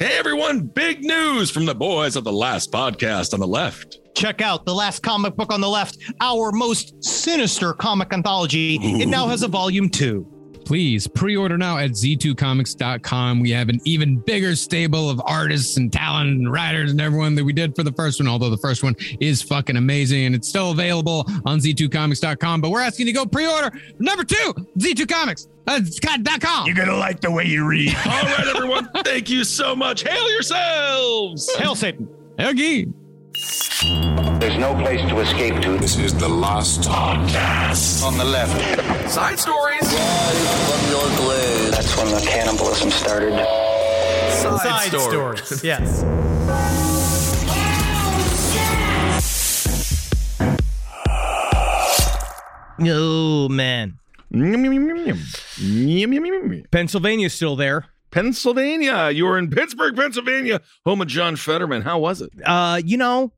Hey everyone, big news from the boys of the last podcast on the left. Check out The Last Comic Book on the Left, our most sinister comic anthology. It now has a volume two. Please pre order now at z2comics.com. We have an even bigger stable of artists and talent and writers and everyone that we did for the first one, although the first one is fucking amazing and it's still available on z2comics.com. But we're asking you to go pre order number two, z2comics. Uh, Scott.com. You're gonna like the way you read. All right, everyone, thank you so much. Hail yourselves! Hail Satan. Okay. There's no place to escape to. This is the last podcast on the left. Side stories. That's when the cannibalism started. Side, Side stories. stories. Yes. Oh, man. Pennsylvania's still there. Pennsylvania. You were in Pittsburgh, Pennsylvania, home of John Fetterman. How was it? Uh, you know,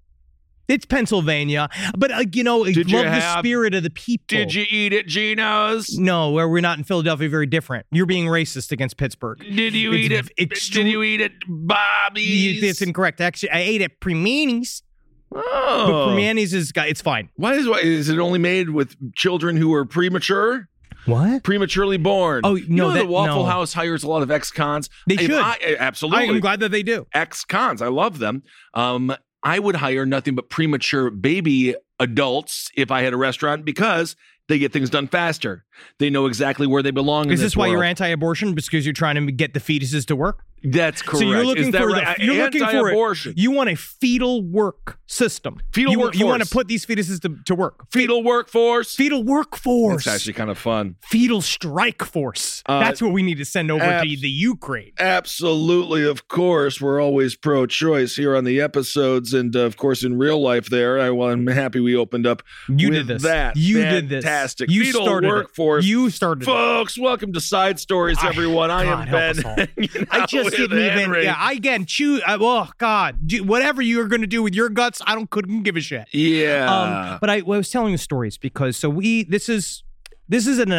it's Pennsylvania, but uh, you know, I Did you love the have- spirit of the people. Did you eat at Gino's? No, where we're not in Philadelphia, very different. You're being racist against Pittsburgh. Did you It's eat at? extre- Did you eat at Bobby's? It's incorrect. Actually, I ate at Primini's, but oh. Primini's is it's fine. Why is why is it only made with children who are premature, What? prematurely born? Oh, you know no, the that- Waffle no. House hires a lot of ex-cons. They If should. I- eh, I absolutely. am glad that they do. ex-cons. I love them. Um, I would hire nothing but premature baby adults if I had a restaurant because they get things done faster. They know exactly where they belong. in Is this why you're world. anti-abortion? Because you're trying to get the fetuses to work. That's correct. So you're Is looking that for right? the, you're looking for Anti-abortion. it. You want a fetal work system. Fetal you, want- You want to workforce. put these fetuses to, to work. fetal workforce. Fetal workforce. It's actually kind of fun. fetal strike force. Uh, That's what we need to send over abs- to the Ukraine. Absolutely, of course. We're always pro choice here on the episodes and, uh, of course, in real life there. I, well, I'm happy we opened up You with did this. that. You did this. Fantastic. You Fetal started it. workforce. You started. it. Folks, welcome to Side Stories, Ah, everyone. I God, help us am Ben. You know, I just with didn't even. Henry. Yeah, I again choose. I, oh God, do, whatever you are going to do with your guts, I don't couldn't give a shit. Yeah. Um, but I, I was telling the stories because so we this is this is an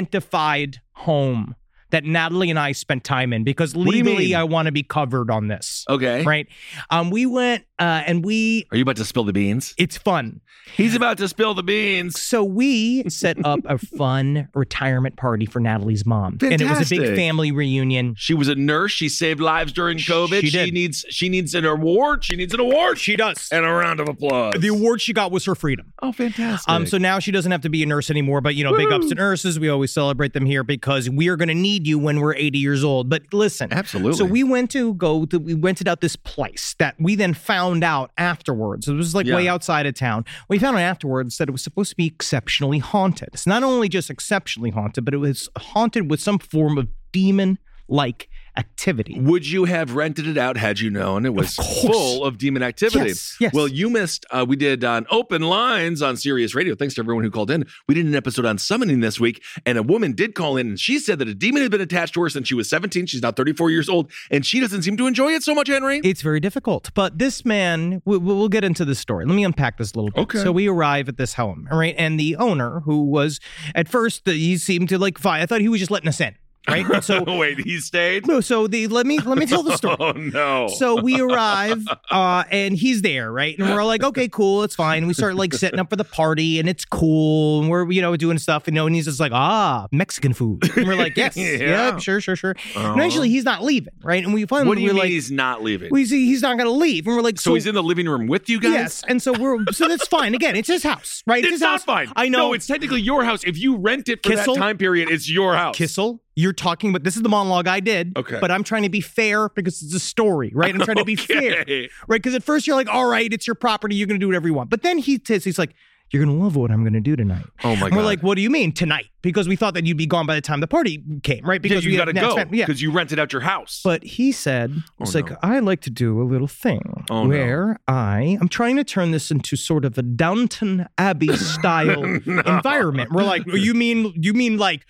unidentified home that Natalie and I spent time in because do you legally mean? I want to be covered on this. okay. Right. Um, we went uh, and we. Are you about to spill the beans? It's fun. He's about to spill the beans. So we set up a fun retirement party for Natalie's mom, and it was a big Fantastic. family reunion. She was a nurse. She saved lives during COVID. She did. needs she needs an award. She needs an award. She does. and a round of applause. The award she got was her freedom. oh, fantastic. Um, so now she doesn't have to be a nurse anymore. But you know, big ups to nurses. We always celebrate them here because we are going to need you when we're 80 years old. But listen, Absolutely. So we went to go to we rented out this place that we then found out afterwards. It was like way Yeah. outside of town. We found out afterwards that it was supposed to be exceptionally haunted. It's not only just exceptionally haunted, but it was haunted with some form of demon like activity. Would you have rented it out had you known it was course. full of demon activity? Yes, yes. Well, you missed. Uh, we did on open lines on Sirius Radio. Thanks to everyone who called in. We did an episode on summoning this week, and a woman did call in, and she said that a demon had been attached to her since she was 17. She's now 34 years old, and she doesn't seem to enjoy it so much. Henry, It's very difficult. But this man, we, we- we'll get into the story. Let me unpack this a little bit. Okay. So we arrive at this home, all right? And the owner, who was at first, the, he seemed to like, fi- I thought he was just letting us in. right? And so Wait, he stayed? no, so the let me let me tell the story. Oh, no. So we arrive, uh, and he's there, right? And we're all like, okay, cool, it's fine. We start like setting up for the party, and it's cool, and we're you know doing stuff, you know, and he's just like, ah, Mexican food. And we're like, yes, Yeah. Uh-huh. yeah, sure, sure, sure. And actually, he's not leaving, right? And we finally what do you we're mean like, he's not leaving? we see he's not going to leave, and we're like, so, he's in the living room with you guys? Yes, and so we're so that's fine. Again, it's his house, right? It's, his not house. fine. I know No, it's technically your house. If you rent it for Kissel? that time period, it's your house. Kissel, you're talking about this is the monologue I did. Okay. But I'm trying to be fair because it's a story, right? I'm trying to be fair. Okay. Right? Because at first you're like, all right, it's your property, you're gonna do whatever you want. But then he says he's like, You're gonna love what I'm gonna do tonight. Oh my And we're God. like, what do you mean tonight? Because we thought that you'd be gone by the time the party came, right? Because Because you we got had to an go expect- Yeah. because you rented out your house. But he said, it's Oh, no. like, I like to do a little thing Oh, no. where I, I'm trying to turn this into sort of a Downton Abbey style environment. We're like, you mean, you mean like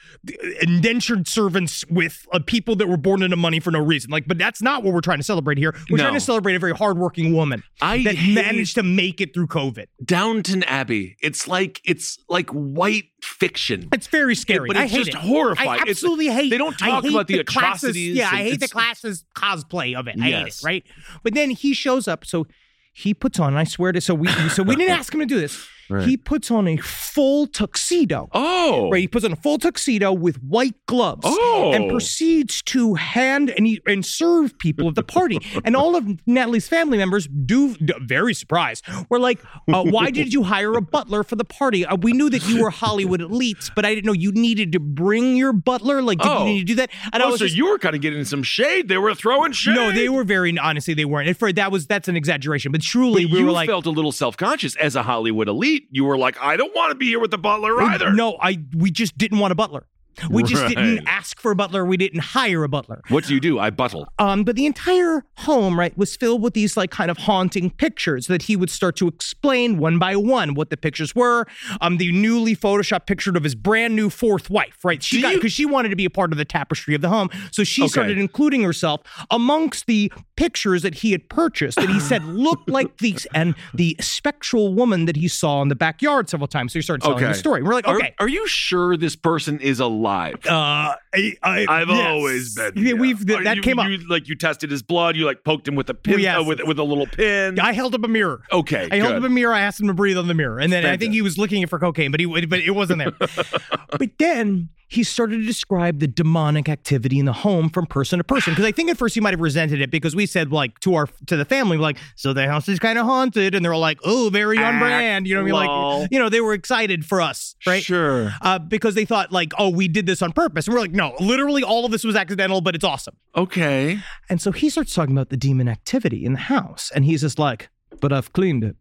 indentured servants with uh, people that were born into money for no reason. Like, but that's not what we're trying to celebrate here. We're No. trying to celebrate a very hardworking woman I that hate- managed to make it through COVID. Downton Abbey. It's like it's like white fiction. It's very scary. but I it's hate just it. horrifying. I It's- absolutely hate. they don't I talk hate about the classes- atrocities yeah, and I hate the it's- classes cosplay of it. I hate it. Yes. Right, but then he shows up. So he puts on. I swear to. So we. So we didn't ask him to do this. He puts on a full tuxedo. Oh, Right, he puts on a full tuxedo with white gloves Oh. and proceeds to hand and he, and serve people at the party. and all of Natalie's family members do, d- very surprised. We're like, uh, why did you hire a butler for the party? Uh, we knew that you were Hollywood elites, but I didn't know you needed to bring your butler. Like, did Oh. you need to do that? And I oh, was so just- you were kind of getting some shade. They were throwing shade. no, they were very honestly they weren't. And for that was that's an exaggeration, but truly But we you were like felt a little self conscious as a Hollywood elite. You were like, I don't want to be here with the butler either. No, I we just didn't want a butler. We just Right. didn't ask for a butler. We didn't hire a butler. What do you do? I buttle. Um, but the entire home, right, was filled with these like kind of haunting pictures that he would start to explain one by one what the pictures were. Um, the newly photoshopped picture of his brand new fourth wife, right? She Do got you- because she wanted to be a part of the tapestry of the home, so she started including herself amongst the pictures that he had purchased that he said looked like these and the spectral woman that he saw in the backyard several times. So he started telling Okay. the story. We're like, Are- okay. Are, you sure this person is alive? uh, I, I, I've yes. always been. Yeah, We've Are th- that you- came up. you, like you tested his blood. You like poked him with a pin. We asked uh, with him. with a little pin. I held up a mirror. okay. I held good. up a mirror. I asked him to breathe on the mirror, and then I think he was looking for cocaine, but he would- but it wasn't there. but then he started to describe the demonic activity in the home from person to person because I think at first he might have resented it because we said like to our to the family like so the house is kind of haunted and they're all like oh very on Act brand you know what I mean lol. like you know they were excited for us right Sure. uh, because they thought like oh we did this on purpose and we're like no literally all of this was accidental but it's awesome Okay. and so he starts talking about the demon activity in the house, and he's just like, "But I've cleaned it."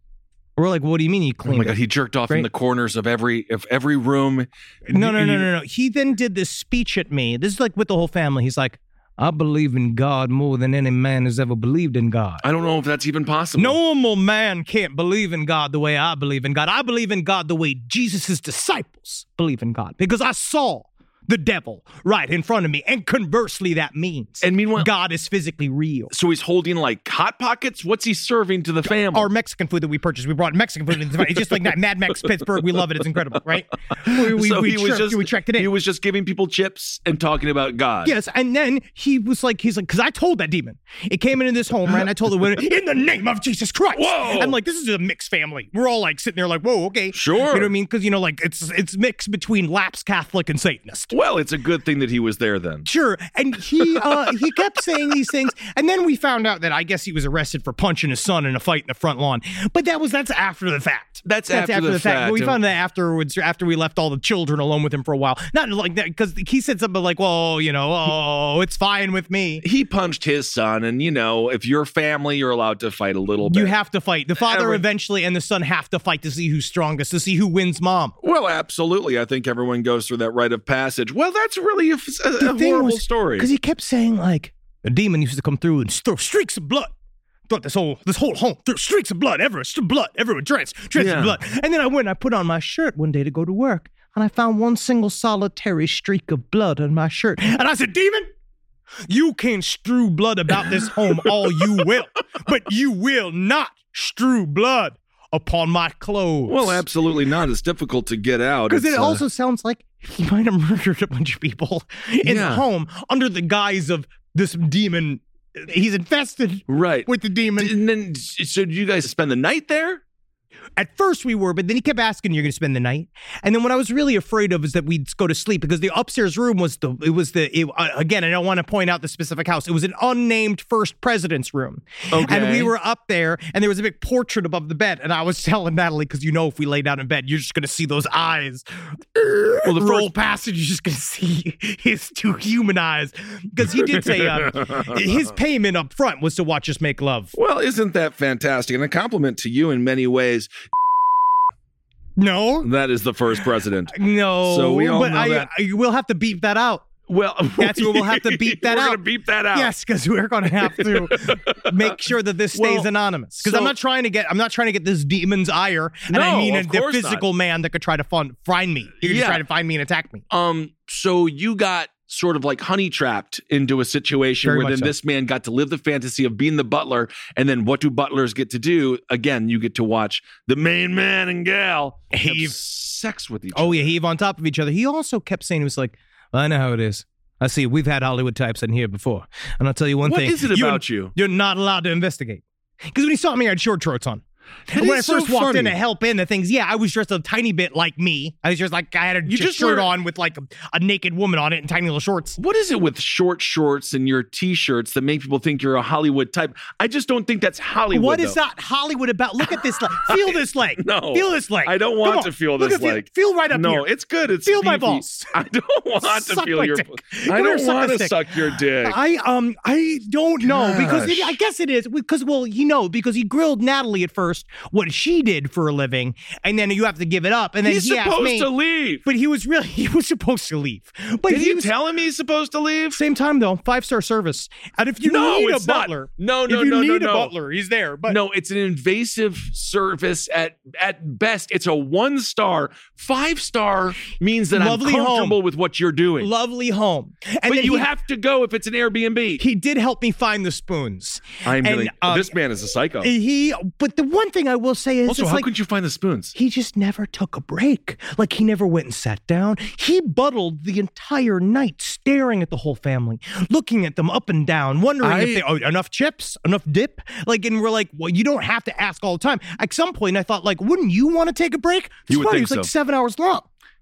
We're like, "What do you mean you Oh cleaned my god, it?" he jerked off in Right. the corners of every of every room. no, no, And no, you- no, no. He then did this speech at me. This is like with the whole family. He's like, "I believe in God more than any man has ever believed in God." I don't know if that's even possible. Normal man can't believe in God the way I believe in God. I believe in God the way Jesus' disciples believe in God because I saw the devil right in front of me. And conversely, that means And meanwhile- God is physically real. So he's holding like hot pockets. What's he serving to the family? our Mexican food that we purchased. We brought Mexican food. Into the, it's just like that Mad Max Pittsburgh. We love it. It's incredible, right? We, we, so we, he was chirped, just we checked it in. He was just giving people chips and talking about God. Yes, and then he was like, he's like, because I told that demon. It came into this home, right? And I told the woman, in the name of Jesus Christ. Whoa! I'm like, this is a mixed family. We're all like sitting there, like, whoa, okay, Sure. You know what I mean? Because you know, like it's it's mixed between lapsed Catholic and Satanist. Well, it's a good thing that he was there then. Sure, and he uh, he kept saying these things, and then we found out that I guess he was arrested for punching his son in a fight in the front lawn. But that was that's after the fact. That's after the fact. But we And- found that afterwards, after we left all the children alone with him for a while. Not like that because he said something like, "Well, you know, oh, it's fine with me." He punched his son, and you know, if you're family, you're allowed to fight a little bit. You have to fight. The father Every- eventually and the son have to fight to see who's strongest, to see who wins mom. well, absolutely. I think everyone goes through that rite of passage. Well, that's really a, f- a- a horrible story. Because he kept saying like a demon used to come through and throw streaks of blood. Throughout this whole this whole home, through streaks of blood everywhere, st- blood everywhere, drenched, drenched Yeah. in blood. And then I went, and I put on my shirt one day to go to work, and I found one single solitary streak of blood on my shirt, and I said, "Demon, you can strew blood about this home all you will, but you will not strew blood upon my clothes. Well, absolutely not. It's difficult to get out. Because It's, it uh, also sounds like he might have murdered a bunch of people in Yeah. the home under the guise of this demon. He's infested right. with the demon. and then, so did you guys spend the night there? At first we were, but then he kept asking, "You're going to spend the night." And then what I was really afraid of is that we'd go to sleep because the upstairs room was the it was the it, uh, again I don't want to point out the specific house. It was an unnamed first president's room, and Okay. we were up there, and there was a big portrait above the bed. And I was telling Natalie because you know if we lay down in bed, you're just going to see those eyes. Well, the the first- roll past, and you're just going to see his two human eyes because he did say uh, his payment up front was to watch us make love. Well, isn't that fantastic? And a compliment to you in many ways. No. That is the first president. No, So we all but know I, that. I we'll have to beep that out. Well, That's where we'll have to beep that we're out. We're gonna beep that out. Yes, because we're going to have to make sure that this stays Well, anonymous. Because so- I'm not trying to get I'm not trying to get this demon's ire, and I No, mean a, of the course not. physical man that could try to fun, find me. You're Yeah. try to find me and attack me. Um. So you got sort of like honey trapped into a situation Very where much then so. this man got to live the fantasy of being the butler, and then what do butlers get to do? Again, you get to watch the main man and gal Heave. have sex with each other. Oh yeah, heave on top of each other. He also kept saying he was like, I know how it is. I see we've had Hollywood types in here before, and I'll tell you one What thing: is it about you? You're not allowed to investigate. Because when he saw me, I had short shorts on. That And when I is so first walked in funny. to help in the things, yeah, I was dressed a tiny bit like me. I was just like I had a You j- just shirt were- on with like a, a naked woman on it and tiny little shorts. What is it with short shorts and your t-shirts that make people think you're a Hollywood type? I just don't think that's Hollywood. What is though. that Hollywood about? Look at this leg. Feel this leg. No, Feel this leg. I don't Come want on. to feel Look this at- feel- leg. Feel right up no, here. it's good. It's Feel my beefy. balls. I don't want to Suck feel my your. dick. Come I here, don't suck want this to dick. suck your dick. I um I don't know because it, Gosh. I guess it is because well you know because he grilled Natalie at first what she did for a living and then you have to give it up and then He's he asked supposed me to leave. but he was really he was supposed to leave but Did he you was, tell him he's supposed to leave? Same time though, five star service. And if you No, need a it's not. butler, No, no, if you no, no, need no. a butler, he's there. But no, it's an invasive service at at best. It's a one star. Five star means that Lovely I'm home. comfortable with what you're doing. lovely home. And but then you he, have to go if it's an Airbnb. he did help me find the spoons. I'm and, really. um, this man is a psycho. He, but the one thing I will say is, Also, it's how like could you find the spoons? he just never took a break. Like he never went and sat down. He buttled the entire night, staring at the whole family, looking at them up and down, wondering I- if they oh, enough chips, enough dip. Like, and we're like, well, you don't have to ask all the time. At some point, I thought, like, wouldn't you want to take a break? It's You would funny, think it was like so. seven hours long.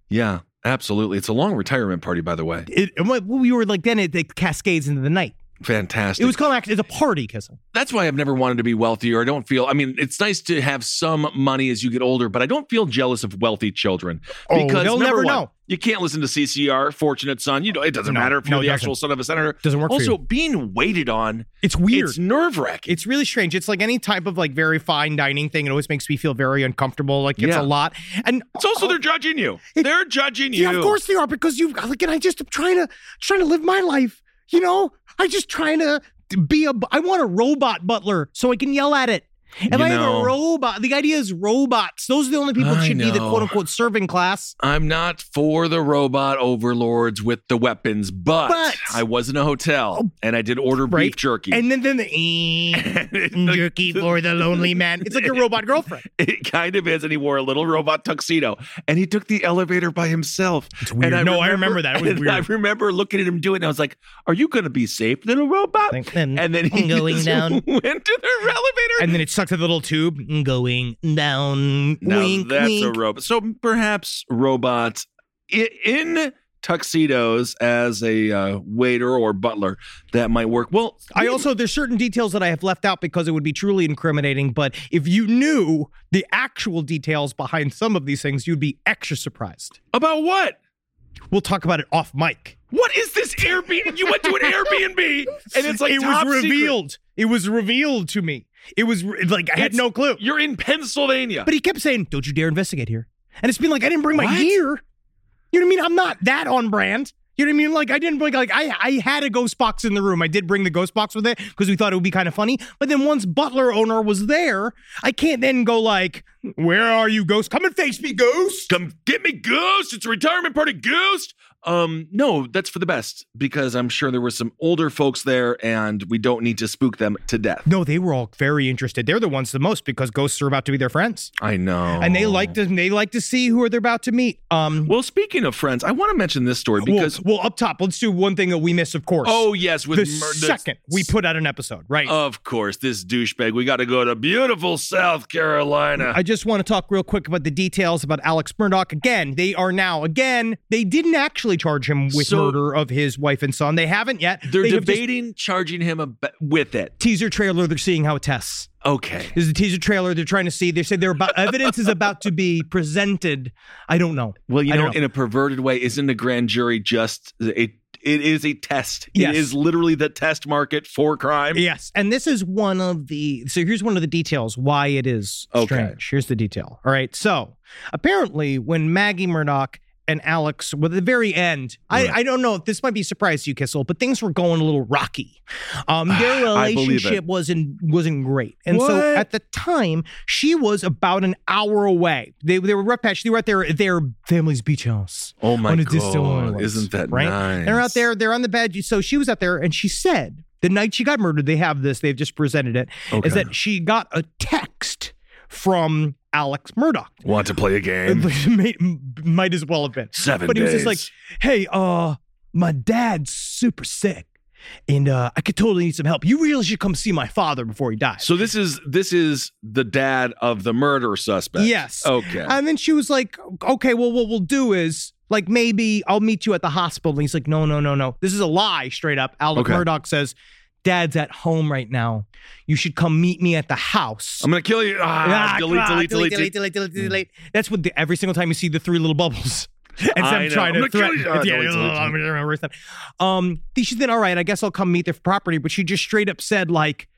Yeah, absolutely. It's a long retirement party, by the way. It, and what- what we were like then it, it cascades into the night. Fantastic. It was called actually it's a party kissing. that's why I've never wanted to be wealthy or I don't feel I mean it's nice to have some money as you get older but I don't feel jealous of wealthy children Oh, they'll number never one, know. You can't listen to CCR Fortunate Son you know it doesn't No, matter if no, you're the it actual son of a senator Doesn't work for Also you. being waited on It's weird. it's It's, nerve-wracking really strange. It's like any type of like very fine dining thing. It always makes me feel very uncomfortable. Like it's Yeah. a lot. And It's also they're judging you they're judging you yeah, of course they are because you like and I just am trying to trying to live my life. You know, I just trying to be a. I want a robot butler so I can yell at it. If You I have know- a robot, the idea is robots. Those are the only people that I should be the know. quote unquote serving class. I'm not for the robot overlords with the weapons but, But- Oh, I was in a hotel and I did order beef Right. jerky And then then the eh, jerky for the lonely man. It's like your robot girlfriend. It kind of is, and he wore a little robot tuxedo, and he took the elevator by himself. It's weird. No, I remember that. It was weird. I remember looking at him doing it. And I was like, "Are you going to be safe, little robot?" Like, and and then he going just down. went to the elevator. and then it sucked at the little tube going down. now wink, that's wink. a robot. So perhaps robots i- in tuxedos as a uh, waiter or butler that might work. Well, I we- also there's certain details that I have left out because it would be truly incriminating. But if you knew the actual details behind some of these things, you'd be extra surprised. about what? We'll talk about it off mic. What is this Airbnb? you went to an Airbnb, and it's like it was top secret. revealed. It was revealed to me. It was re- like I had It's- no clue. You're in Pennsylvania. But he kept saying, "Don't you dare investigate here." And it's been like I didn't bring my What? gear. You know what I mean? I'm not that on brand. You know what I mean? Like I didn't bring like I I had a ghost box in the room. I did bring the ghost box with it because we thought it would be kind of funny. But then once Butler owner was there, I can't then go like, "Where are you, ghost? Come and face me, ghost." Come get me, Ghost. It's a retirement party, Ghost. um, no, that's for the best because I'm sure there were some older folks there and we don't need to spook them to death. No, they were all very interested. They're the ones the most because ghosts are about to be their friends, I know. and they like to they like to see who they're about to meet. Um, Oh. Well, speaking of friends, I want to mention this story because. well, well, up top, let's do one thing that we missed, of course. Oh yes, with the mur- second we put out an episode, right? Of course, this douchebag. We got to go to beautiful South Carolina. I just want to talk real quick about the details about Alex Murdoch. Again, they are now again. They didn't actually charge him with So- murder of his wife and son. They haven't yet. They're They have just- debating charging him a ba- with it. teaser trailer. They're seeing how it tests. Okay. This is a teaser trailer. They're trying to see. They say they're about evidence is about to be presented. I don't know. Well, you I know, don't know. in a perverted way, isn't a grand jury just it? It is a test. Yes. It is literally the test market for crime. Yes, and this is one of the so here's one of the details why it is Okay. strange. Here's the detail. All right, so apparently when Maggie Murdoch and Alex were at the very end, I, I don't know if this might be a surprise to you, Kissel, but things were going a little rocky. Um, their I believe it. relationship wasn't wasn't great, and so What? at the time she was about an hour away. They they were rough patch. They were at their their family's beach house Oh my on a god! distillery. Isn't that right? nice? They're out there. They're on the bed. So she was out there, and she said the night she got murdered, they have this. They've just presented it. Is Okay. that she got a text from Alex Murdoch? Want to play a game? might, might as well have been Seven but he was just like, days. "Hey, uh, my dad's super sick, and uh, I could totally need some help. You really should come see my father before he dies." So this is this is the dad of the murder suspect. Yes. Okay. And then she was like, okay, well, what we'll do is like maybe I'll meet you at the hospital. And he's like, no, no, no, no. This is a lie, straight up. Alec Okay. Murdoch says, Dad's at home right now. You should come meet me at the house. I'm gonna kill you. Ah, Ah, delete, ah, delete, delete, delete, mm. delete, delete, delete. That's what the, every single time you see the three little bubbles. And I Sam know. trying I'm to gonna kill you. threaten. Ah, yeah, delete, delete, I'm gonna remember that. Um, she said, "All right, I guess I'll come meet the property." But she just straight up said, like,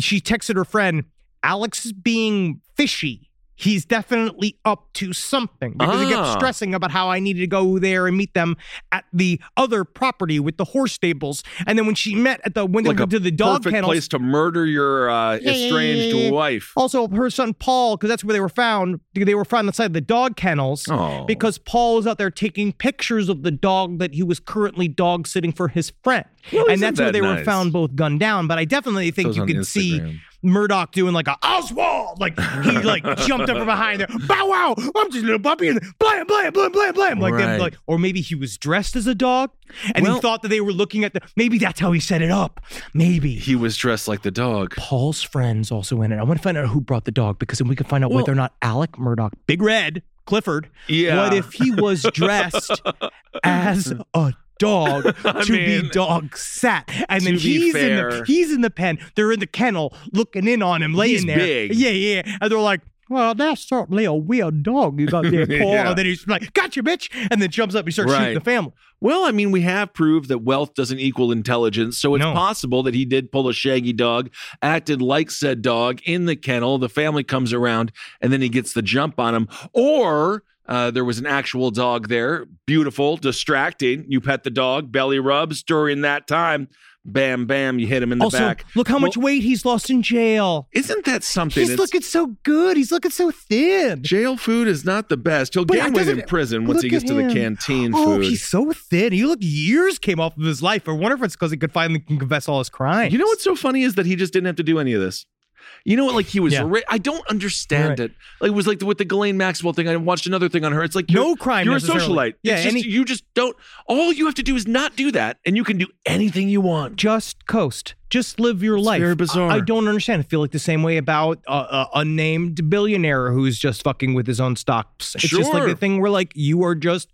she texted her friend, "Alex is being fishy. He's definitely up to something." Because he kept Ah. stressing about how I needed to go there and meet them at the other property with the horse stables. And then when she met at the window Like a to the dog perfect kennels, place to murder your uh, Yeah, yeah, yeah, estranged yeah, yeah. wife. also, her son Paul, because that's where they were found. They were found inside the dog kennels Oh. because Paul was out there taking pictures of the dog that he was currently dog sitting for his friend, Well, and isn't that's where that they were nice? found both gunned down. But I definitely think Those you on could see Instagram. Murdoch doing like a Oswald, like he like jumped up from behind there, bow wow, I'm just a little puppy, and blam blam blam blam blam, like them, Right. like or maybe he was dressed as a dog, and he Well- thought that they were looking at the. Maybe that's how he set it up. Maybe he was dressed like the dog. Paul's friends also in it. I want to find out who brought the dog because then we can find out whether or not Alec Murdoch, Big Red, Clifford, Yeah. what if he was dressed as a dog to be mean, dog sat, and then to be he's in the fair- he's in the pen. They're in the kennel, looking in on him, laying He's there. big. Yeah, yeah, and they're like. Well, that's certainly a weird dog you got there, Paul. Yeah. And then he's like, "Gotcha, bitch!" And then jumps up and starts shooting Right. the family. Well, I mean, we have proved that wealth doesn't equal intelligence, so it's No. possible that he did pull a shaggy dog, acted like said dog in the kennel. The family comes around, and then he gets the jump on him. Or uh, there was an actual dog there, beautiful, distracting. You pet the dog, belly rubs during that time. Bam, bam, you hit him in the Also, back. look how much Well, weight he's lost in jail. Isn't that something? He's It's- looking so good. He's looking so thin. Jail food is not the best. He'll But gain it weight in doesn't- prison once look he gets at to the him. canteen Oh, food. he's so thin. He look years came off of his life. I wonder if it's because he could finally can confess all his crimes. You know what's so funny is that he just didn't have to do any of this. You know what? Like he was. Yeah. Ri- I don't understand You're it. Like it was like with the Ghislaine Maxwell thing. I watched another thing on her. It's like No you're- crime You're a necessarily. socialite. Yeah, Yeah, just, any- you just don't. All you have to do is not do that, and you can do anything you want. Just coast. Just live your life. very I- bizarre. I, don't understand. I feel like the same way about a uh, unnamed billionaire who's just fucking with his own stocks. It's just like Sure. the thing where like you are just,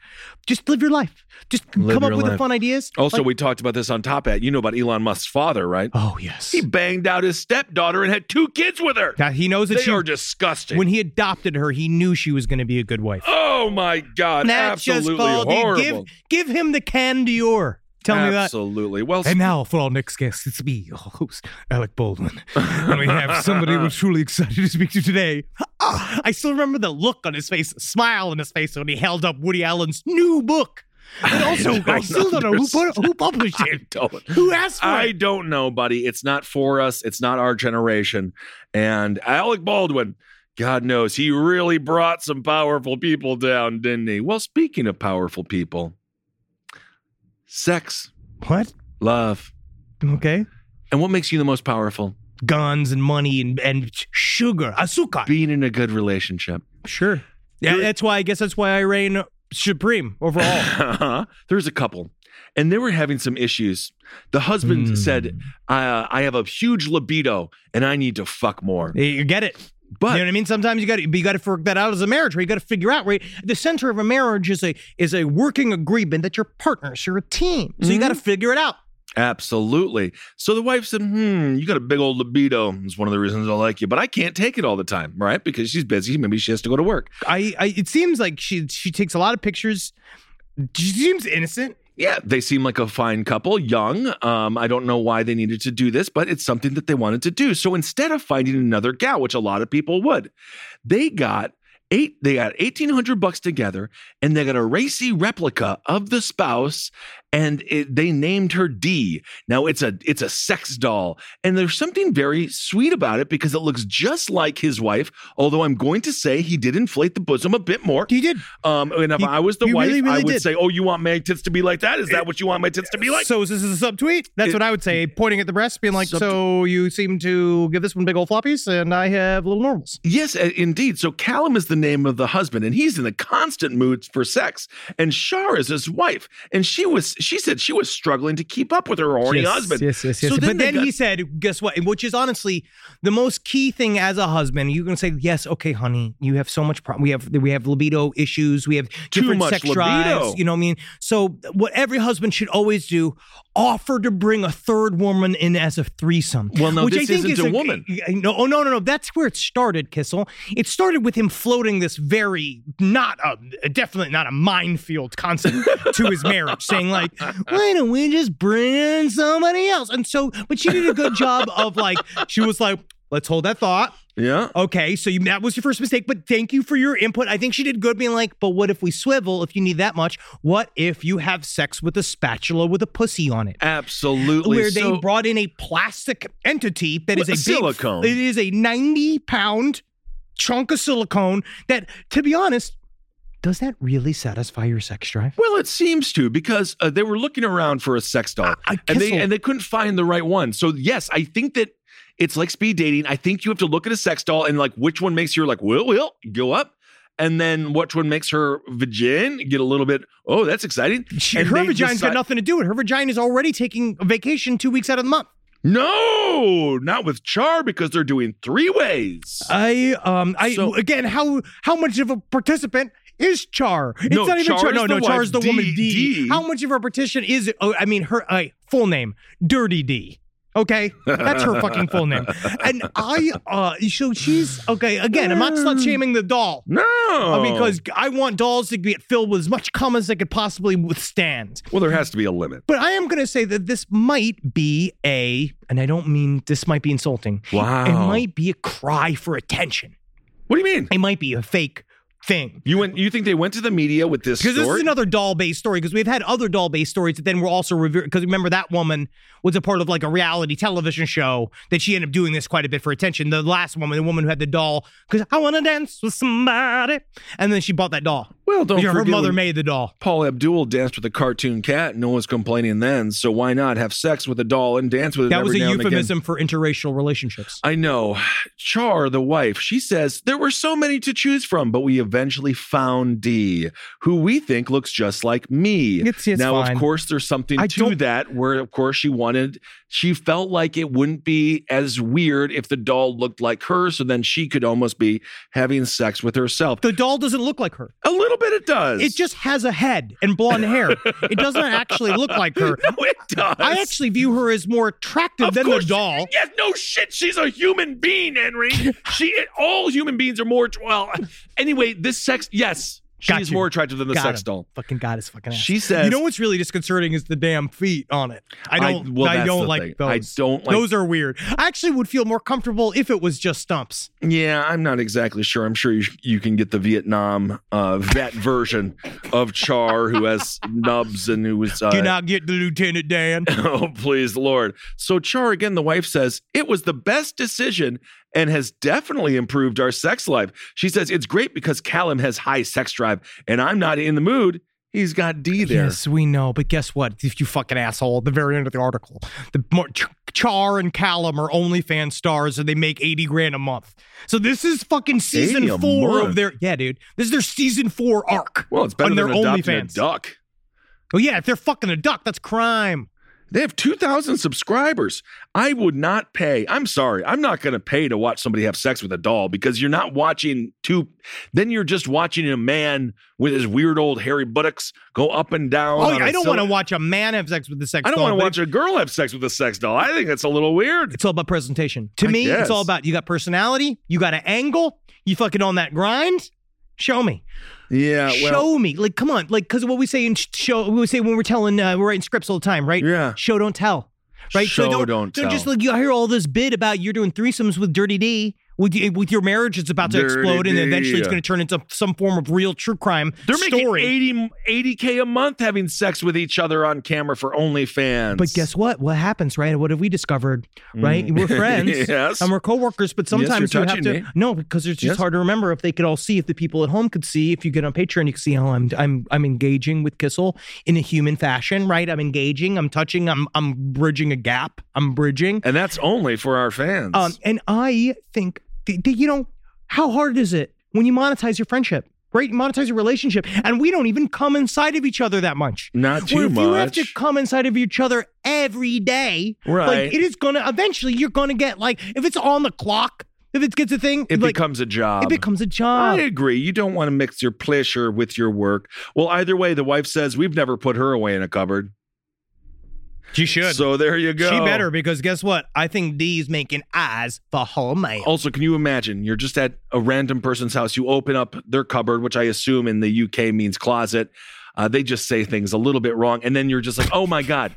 just live your life. Just Live come up your with the life. fun ideas. Also, Like- we talked about this on Top Hat. You know about Elon Musk's father, right? oh yes. He banged out his stepdaughter and had two kids with her. Now, he knows that they she, are disgusting. when he adopted her, he knew she was going to be a good wife. oh my god, That's absolutely just called the- horrible. Give, give him the candior. Tell me that. absolutely. Well, And now for our next guest, it's me, your host, Alec Baldwin. And we have somebody we're truly excited to speak to today. Ah, I still remember the look on his face, the smile on his face when he held up Woody Allen's new book. And also, I, don't still don't know who, put, who published I it. don't. Who asked for I it? don't know, buddy. It's not for us. It's not our generation. And Alec Baldwin, God knows, he really brought some powerful people down, didn't he? Well, speaking of powerful people, sex, What? love. Okay. And what makes you the most powerful? Guns and money and, and sugar. Azúcar. Being in a good relationship. sure. Yeah, that's why I guess that's why I reign supreme overall. Uh-huh. There's a couple, and they were having some issues. The husband Hmm. said, uh, "I have a huge libido, and I need to fuck more." You get it. But- you know what I mean. Sometimes you got to you got to work that out as a marriage, or you got to figure out right. The center of a marriage is a is a working agreement that you're partners, you're a team. So you got to figure it out. Absolutely. So the wife said, Hmm, you got a big old libido. It's one of the reasons I like you, but I can't take it all the time, right? Because she's busy. Maybe she has to go to work. I, I it seems like she she takes a lot of pictures. She seems innocent. Yeah, they seem like a fine couple, young. Um, I don't know why they needed to do this, but it's something that they wanted to do. So instead of finding another gal, which a lot of people would, they got eight. They got eighteen hundred bucks together, and they got a racy replica of the spouse, and it, they named her D. Now it's a it's a sex doll, and there's something very sweet about it because it looks just like his wife. Although I'm going to say he did inflate the bosom a bit more. He did. Um, and if He- I was the he wife, really, really I would did. say, "Oh, you want my tits to be like that? Is that what you want my tits to be like?" So is this a subtweet? That's It- what I would say, pointing at the breast, being like, Subtw- "So you seem to give this one big old floppies, and I have little normals." yes, uh, indeed. So Callum is the name of the husband, and he's in the constant mood for sex. And Shar is his wife, and she was. She said she was struggling to keep up with her horny husband. Yes, yes, yes. So but they then got- he said, guess what? Which is honestly the most key thing as a husband. You can say, yes, okay, honey, you have so much problem. We have we have libido issues. We have Too different much sex libido. drives. You know what I mean? So what every husband should always do, offer to bring a third woman in as a threesome. Well, no, which I this think isn't is a woman. No, oh, no, no, no. That's where it started, Kissel. It started with him floating this very not a definitely not a minefield concept to his marriage, saying like, "Why don't we just bring in somebody else?" And so, but she did a good job of like, she was like, "Let's hold that thought." yeah. Okay, so you, that was your first mistake, but thank you for your input. I think she did good being like, but what if we swivel if you need that much? What if you have sex with a spatula with a pussy on it? Absolutely. where So- they brought in a plastic entity that is Well, a big- silicone. it is a ninety pound chunk of silicone that, to be honest, does that really satisfy your sex drive? Well, it seems to because uh, they were looking around for a sex doll, I and they guess so. and they couldn't find the right one. So yes, I think that it's like speed dating. I think you have to look at a sex doll and like which one makes your like will will go up, and then which one makes her vagin get a little bit. Oh, that's exciting. She, And her they vagina's decide- got nothing to do with it. Her vagina is already taking a vacation two weeks out of the month. No, not with Char because they're doing three ways. I um I So- again how how much of a participant is Char? It's No, not even Char Char. is No, the no, Char is the wife, woman D- D. D. How much of a partition is? Oh, I mean her uh, full name, Dirty D. Okay, that's her fucking full name. And I uh so she's okay again. I'm not slut shaming the doll. Mm. no, uh, Because I want dolls to get filled with as much cum as they could possibly withstand. well, there has to be a limit. But I am going to say that this might be a, and I don't mean this might be insulting. Wow. It might be a cry for attention. What do you mean? It might be a fake thing. You went? You think they went to the media with this Because story? this is another doll based story, because we've had other doll based stories that then were also revered. Because remember, that woman was a part of like a reality television show that she ended up doing this quite a bit for attention. The last woman, the woman who had the doll, because I want to dance with somebody. And then she bought that doll. well, don't Her Oh, forget mother when- made the doll. Paul Abdul danced with a cartoon cat. No one's complaining then. So why not have sex with a doll and dance with it? That every was a now and again? euphemism for interracial relationships. I know. Char, the wife, she says there were so many to choose from, but we eventually found D, who we think looks just like me. It's- it's now, fine. of course, there's something I to don't- that where, of course, she wanted, she felt like it wouldn't be as weird if the doll looked like her. So then she could almost be having sex with herself. The doll doesn't look like her. a little bit it does. It just has a head and blonde hair. It does not actually look like her. No, it does. I actually view her as more attractive Of than the course- doll. Yes, no shit. She's a human being, Henry. she all human beings are more well. Anyway, this sex yes, she Got is you. more attractive than the Got sex him. doll. Fucking got his fucking ass. She says you know what's really disconcerting is the damn feet on it. I don't. I, well, that's don't the like thing. those. I don't like- those. Are weird. I actually would feel more comfortable if it was just stumps. Yeah, I'm not exactly sure. I'm sure you, you can get the Vietnam uh, vet version of Char who has nubs and who was uh, Can I get the Lieutenant Dan? Oh, please, Lord. So, Char, again, the wife says, it was the best decision and has definitely improved our sex life. She says, it's great because Callum has high sex drive and I'm not in the mood. He's got D there. Yes, we know. But guess what? If you fucking asshole, at the very end of the article, the more, Ch- Char and Callum are OnlyFans stars, and they make eighty grand a month. So this is fucking 80 season a four month? of their yeah, dude. This is their season four arc. Well, it's better on than their adopting a OnlyFans. duck. Oh yeah, if they're fucking a duck, that's crime. They have 2,000 subscribers. I would not pay. I'm sorry. I'm not going to pay to watch somebody have sex with a doll because you're not watching two. Then you're just watching a man with his weird old hairy buttocks go up and down. Oh, on a I don't sil- want to watch a man have sex with the sex. I don't doll, want but to watch a girl have sex with a sex doll. I think that's a little weird. It's all about presentation. To I me, guess. it's all about you got personality, you got an angle, you fucking on that grind. Show me. Yeah. show me. Like, come on. Like, because what we say in sh- show, we say when we're telling, uh, we're writing scripts all the time, right? Yeah. Show, don't tell. Right? Show, don't, don't don't just tell. like you hear all this bit about you're doing threesomes with Dirty D. With, y- with your marriage, it's about to Dirty explode, and D, eventually it's yeah. going to turn into some form of real true crime they're story. making 80, 80K a month having sex with each other on camera for OnlyFans. But guess what? What happens, right? What have we discovered, right? We're friends Mm. Yes. and we're coworkers, but you're sometimes you have touching to me. no, because it's just Yes. hard to remember. If they could all see, if the people at home could see, if you get on Patreon, you can see how I'm I'm I'm engaging with Kissel in a human fashion, right? I'm engaging, I'm touching, I'm I'm bridging a gap, I'm bridging. And that's only for our fans. Um, and I think th- th- you know how hard is it when you monetize your friendship, right? You monetize your relationship, and we don't even come inside of each other that much. Not Where too if you have to much. come inside of each other every day, Right. Like it is gonna eventually you're gonna get like if it's on the clock, if it gets a thing, it like, becomes a job. it uh, becomes a I job. agree. You don't want to mix your pleasure with your work. Well, either way, the wife says we've never put her away in a cupboard. She should. So there you go. She better because guess what? I think D's making eyes for whole man. Also, can you imagine? You're just at a random person's house. You open up their cupboard, which I assume in the UK means closet. Uh, they just say things a little bit wrong, and then you're just like, "Oh my god,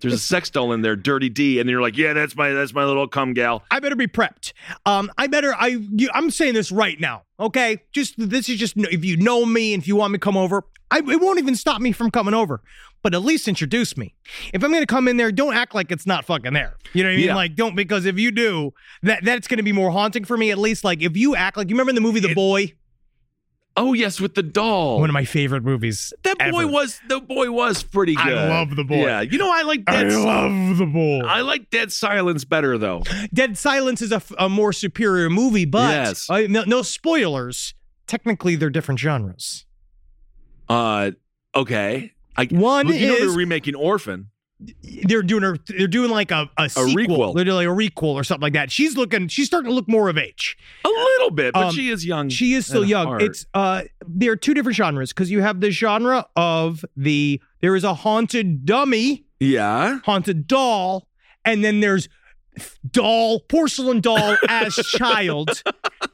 there's a sex doll in there, Dirty D," and you're like, "Yeah, that's my that's my little cum gal." I better be prepped. Um, I better. I you, I'm saying this right now. Okay, just this is just if you know me and if you want me to come over, I, it won't even stop me from coming over. But at least introduce me. If I'm gonna come in there, don't act like it's not fucking there. You know what I mean? Yeah. Like don't because if you do, that that's gonna be more haunting for me. At least like if you act like you remember in the movie The Boy, Oh yes, with the doll. one of my favorite movies. that boy ever. was the boy was pretty good. I love the boy. Yeah, you know I like I Dead. I, love the boy. like Dead Silence better though. Dead Silence is a, f- a more superior movie, but Yes. uh, no, no spoilers. Technically, they're different genres. Uh, okay. I, One Well, you know is- they're remaking Orphan. they're doing a they're doing like a, a, sequel. requel. They're doing like a requel or something like that. She's looking she's starting to look more of age. A little bit, but Um, she is young. She is still at young. heart. It's uh there are two different genres because you have the genre of the there is a haunted dummy, yeah. haunted doll, and then there's doll, porcelain doll as child.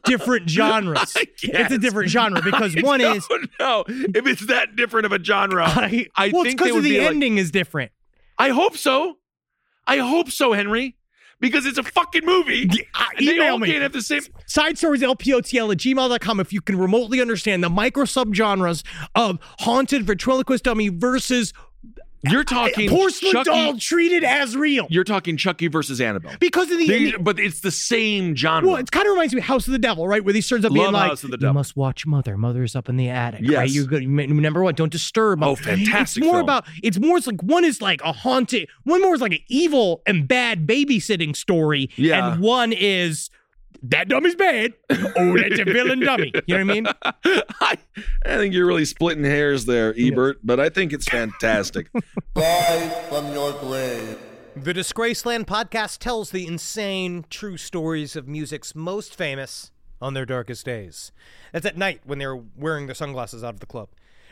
Different genres. guess. It's a different genre because one is no. If it's that different of a genre, I, I well, think it's they because would of the be like- ending is different. I hope so. I hope so, Henry, because it's a fucking movie. I- And they uh, email all me. can't have the same. Side stories LPOTL at gmail.com if you can remotely understand the micro subgenres of haunted ventriloquist dummy versus You're talking porcelain Chucky- doll treated as real. You're talking Chucky versus Annabelle. Because of the, These- and the- but it's the same genre. well, it kind of reminds me of House of the Devil, right? Where he starts up Love being like, House of the "You Devil." must watch Mother. Mother's up in the attic, right? Yes. You go, number one, don't disturb. Oh, Mother." fantastic It's more film. about. It's more. It's like one is like a haunted. One more is like an evil and bad babysitting story, Yeah. and one is that dummy's bad. Oh, that's a villain dummy. You know what I mean? I, I think you're really splitting hairs there, Ebert, but I think it's fantastic. The Disgraceland podcast tells the insane true stories of music's most famous on their darkest days. That's at night when they're wearing their sunglasses out of the club.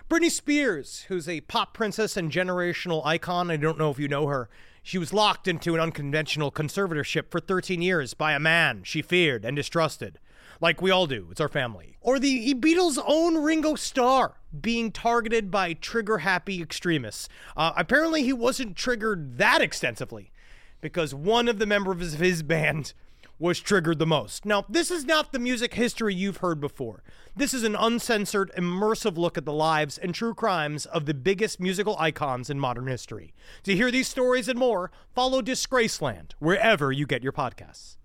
Britney Spears, who's a pop princess and generational icon, I don't know if you know her. She was locked into an unconventional conservatorship for 13 years by a man she feared and distrusted like we all do. It's our family. Or the Beatles' own Ringo Starr being targeted by trigger happy extremists. Uh, apparently, he wasn't triggered that extensively because one of the members of his band was triggered the most. Now, this is not the music history you've heard before. This is an uncensored, immersive look at the lives and true crimes of the biggest musical icons in modern history. To hear these stories and more, follow Disgraceland wherever you get your podcasts.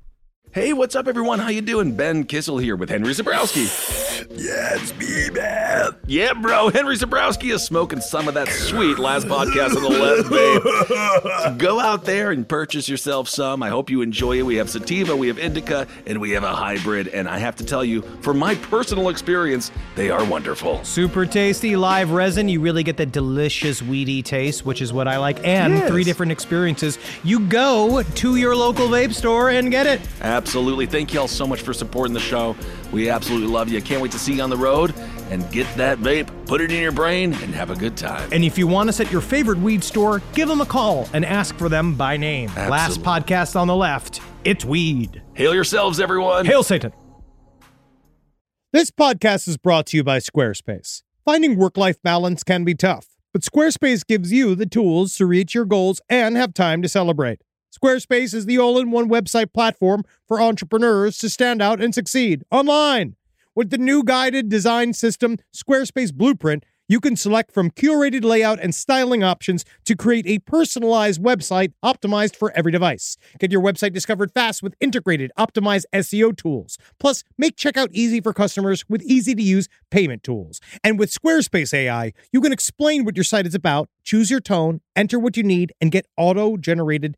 Hey, what's up, everyone? How you doing? Ben Kissel here with Henry Zabrowski. yeah, it's me, man. Yeah, bro. Henry Zabrowski is smoking some of that sweet last podcast on the left, babe. So go out there and purchase yourself some. I hope you enjoy it. We have sativa, we have indica, and we have a hybrid. And I have to tell you, from my personal experience, they are wonderful. Super tasty live resin. You really get the delicious weedy taste, which is what I like. And Yes. three different experiences. You go to your local vape store and get it. Absolutely. Thank y'all so much for supporting the show. We absolutely love you. Can't wait to see you on the road. And get that vape, put it in your brain, and have a good time. And if you want us at your favorite weed store, give them a call and ask for them by name. Last Absolutely. podcast on the left. It's weed. Hail yourselves, everyone. Hail Satan. This podcast is brought to you by Squarespace. Finding work life balance can be tough, but Squarespace gives you the tools to reach your goals and have time to celebrate. Squarespace is the all in one website platform for entrepreneurs to stand out and succeed online. With the new guided design system, Squarespace Blueprint, you can select from curated layout and styling options to create a personalized website optimized for every device. Get your website discovered fast with integrated, optimized SEO tools. Plus, make checkout easy for customers with easy to use payment tools. And with Squarespace AI, you can explain what your site is about, choose your tone, enter what you need, and get auto generated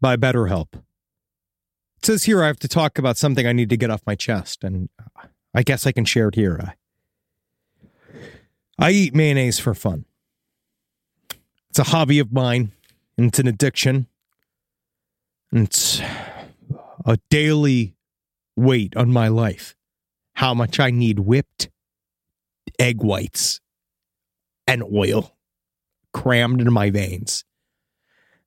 by BetterHelp. It says here I have to talk about something I need to get off my chest, and I guess I can share it here. I, I eat mayonnaise for fun. It's a hobby of mine, and it's an addiction. And it's a daily weight on my life. How much I need whipped egg whites and oil crammed into my veins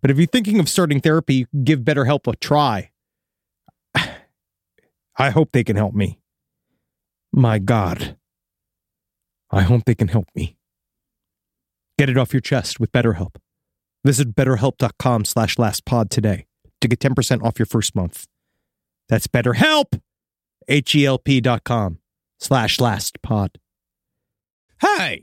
But if you're thinking of starting therapy, give BetterHelp a try. I hope they can help me. My God. I hope they can help me. Get it off your chest with BetterHelp. Visit betterhelp.com slash lastpod today to get 10% off your first month. That's BetterHelp, H-E-L-P dot com slash lastpod. Hi!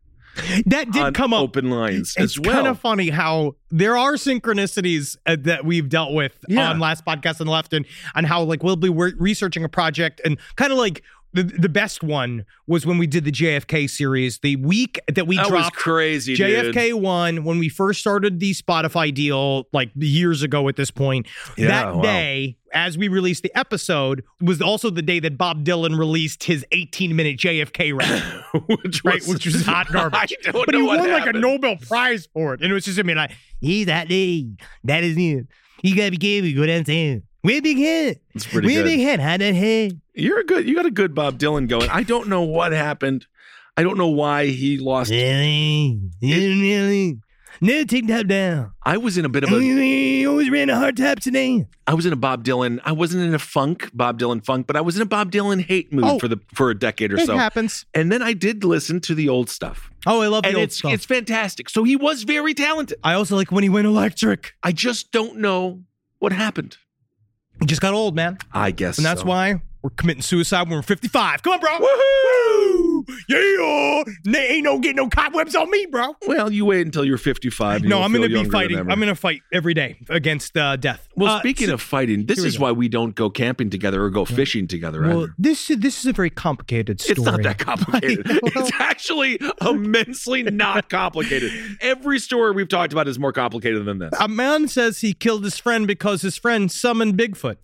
That did on come up. open lines It's as well. kind of funny how there are synchronicities uh, that we've dealt with Yeah. on last podcast and left, and on how like we'll be re- researching a project and kind of like the, the best one was when we did the JFK series, the week that we that was dropped crazy, dude. JFK one when we first started the Spotify deal like years ago at this point. Yeah, that wow. day, as we released the episode, was also the day that Bob Dylan released his 18 minute JFK rap. which right, which was hot garbage. I don't but know he what won like a happened. Nobel Prize for it, and it was just I mean like he's that day, that is it. You gotta be careful, go downtown. We big head, It's pretty we good. big head, had that head. You're a good. You got a good Bob Dylan going. I don't know what happened. I don't know why he lost. Really, really, no take top down. I was in a bit of a. We always ran a hard top today. I was in a Bob Dylan. I wasn't in a funk Bob Dylan funk, but I was in a Bob Dylan hate mood Oh. for the for a decade or It so. happens. And then I did listen to the old stuff, Oh, I love and the old it's stuff. it's fantastic. So he was very talented. I also like when he went electric. I just don't know what happened. He just got old, man, I guess, and that's so. why we're committing suicide when we're 55. Come on, bro. Woohoo! Yeah, Nah, ain't no getting no cobwebs on me, bro. Well, you wait until you're 55. and No, you'll I'm feel going to be younger than fighting. ever. I'm going to fight every day against uh, death. Well, Uh, speaking so- of fighting, this here we is go. why we don't go camping together or go fishing together. well, either. this this is a very complicated story. It's not that complicated. I know. it's actually immensely not complicated. Every story we've talked about is more complicated than this. A man says he killed his friend because his friend summoned Bigfoot.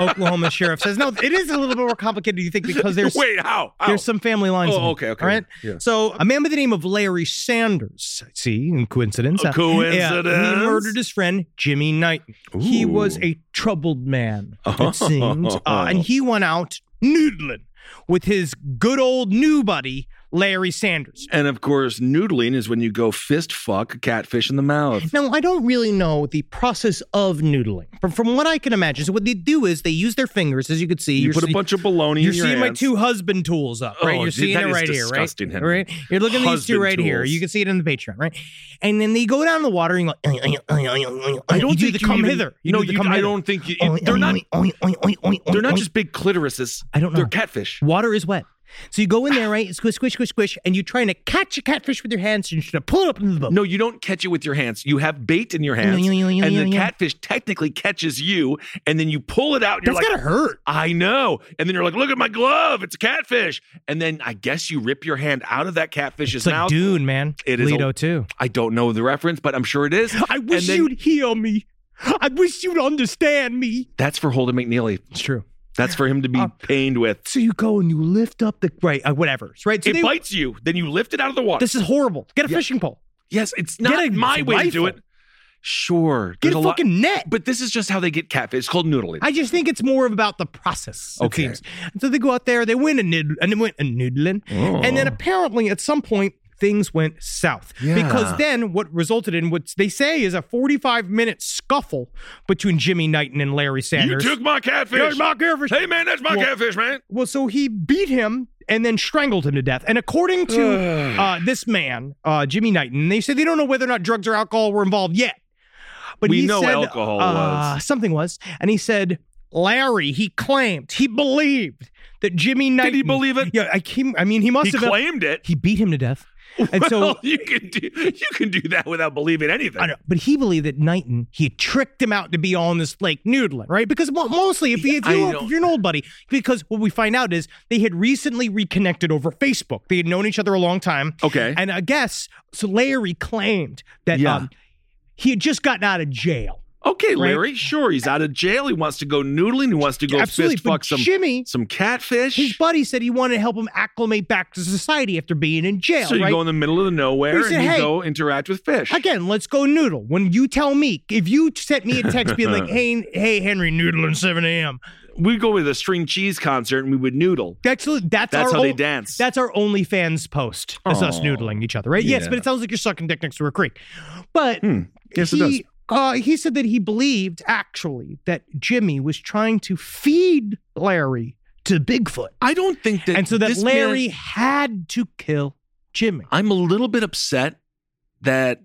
Oklahoma sheriff says no. It is a little bit more complicated. than You think because there's Wait, how? How? There's some family lines. Oh, in it, okay, okay. All right. Yeah. So a man by the name of Larry Sanders, see, coincidence. A uh, coincidence? yeah, he murdered his friend Jimmy Knight. He Ooh. was a troubled man, it seems, uh, and he went out noodling with his good old new buddy Larry Sanders. And of course, noodling is when you go fist fuck a catfish in the mouth. Now, I don't really know the process of noodling, but from what I can imagine, so what they do is they use their fingers, as you could see. You You're put a see- bunch of bologna You're in your seeing my hands. two husband tools up, right? Oh, You're dude, seeing that it is right here, right? disgusting, Henry. Right? You're looking at these two Husband right here. tools. You can see it in the Patreon, right? And then they go down in the water and you go, I don't you do think the you come even- hither. You no, do the you, come I hither. don't think you, Oink, they're not. oink, oink, oink, oink, oink, They're not oink. just big clitorises. I don't know. They're catfish. water is wet. So you go in there, right? Squish, squish, squish, squish, and you're trying to catch a catfish with your hands and you're trying to pull it up into the boat. No, you don't catch it with your hands. You have bait in your hands, yeah, yeah, yeah, and yeah, the yeah. catfish technically catches you, and then you pull it out. And That's you're like, gotta hurt. I know. And then you're like, look at my glove. It's a catfish. And then I guess you rip your hand out of that catfish's It's like mouth. Dune, man. It is Lido a- too. I don't know the reference, but I'm sure it is. I And wish then- you'd hear me. I wish you'd understand me. That's for Holden McNeely. It's true. That's for him to be Uh, pained with. So you go and you lift up the right, uh, whatever, right? So it they- bites you. Then you lift it out of the water. This is horrible. Get a fishing pole. yes, it's Get not a my way to do rifle. it. Sure. Get there's a lot- fucking net. But this is just how they get catfish. It's called noodling. I just think it's more of about the process. It Okay. seems. And so they go out there, they win a noodle, and they win a noodling, Oh. and then apparently at some point things went south because then what resulted in what they say is a 45 minute scuffle between Jimmy Knighton and Larry you Sanders. took my catfish. You're my catfish. Hey, man, that's my Well- catfish, man. Well, so he beat him and then strangled him to death. And according to uh, this man, uh, Jimmy Knighton, they said they don't know whether or not drugs or alcohol were involved yet. But We he know said, alcohol uh, was. Something was. And he said, Larry, he claimed, he believed that Jimmy Knighton. he believe it? Yeah, I, came, I mean, he must He have. claimed it. he beat him to death. And so well, you can do you can do that without believing anything. I don't, but he believed that Knighton, he had tricked him out to be on this lake noodling, right? Because mo- mostly, if, you- if, I you, don't- if you're an old buddy, because what we find out is they had recently reconnected over Facebook. They had known each other a long time. Okay. And I guess, so Larry claimed that Yeah. um, he had just gotten out of jail. Okay, Right? Larry. Sure, he's out of jail. He wants to go noodling. He wants to go Absolutely. fist but fuck some Jimmy, some catfish. his buddy said he wanted to help him acclimate back to society after being in jail, so you right? go in the middle of the nowhere We said, and you "Hey." go interact with fish. Again, let's go noodle. When you tell me, if you sent me a text being like, "Hey, hey, Henry, noodle at 7 a.m.," we go with a string cheese concert and we would noodle. That's that's, That's our how they o- dance. That's our OnlyFans post. That's us Aw. noodling each other, right? Yes, Yeah. Hmm. but it sounds like you're sucking dick next to a creek. But Yes, it he, does. Uh, he said that he believed actually that Jimmy was trying to feed Larry to Bigfoot, I don't think that. and so that this Larry man- had to kill Jimmy. I'm a little bit upset that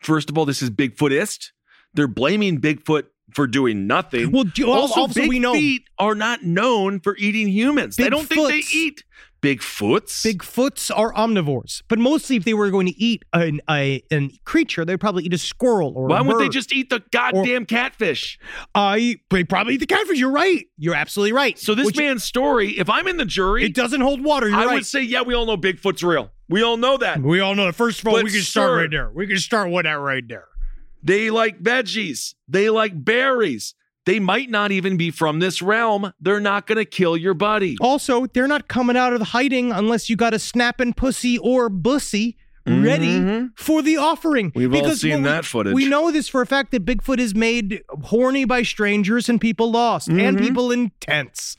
first of all, this is Bigfootist. They're blaming Bigfoot for doing nothing. Well, do- also, also big we know- feet are not known for eating humans. they don't think Bigfoots- they eat Bigfoots. Bigfoots are omnivores, but mostly if they were going to eat an a, an creature, they'd probably eat a squirrel or a Why would they bird. just eat the goddamn catfish? I they probably eat the catfish. You're right. You're absolutely right. So this Which- man's story, if I'm in the jury, it doesn't hold water. You're I right. would say, yeah, we all know Bigfoot's real. We all know that. We all know that. First of all, But we can start sir- right there. We can start with that right there. They like veggies. They like berries. They might not even be from this realm. They're not going to kill your buddy. Also, they're not coming out of hiding unless you got a snapping pussy or bussy ready for the offering. Mm-hmm. We've all seen what we- that footage. We know this for a fact that Bigfoot is made horny by strangers and people lost and people in tents,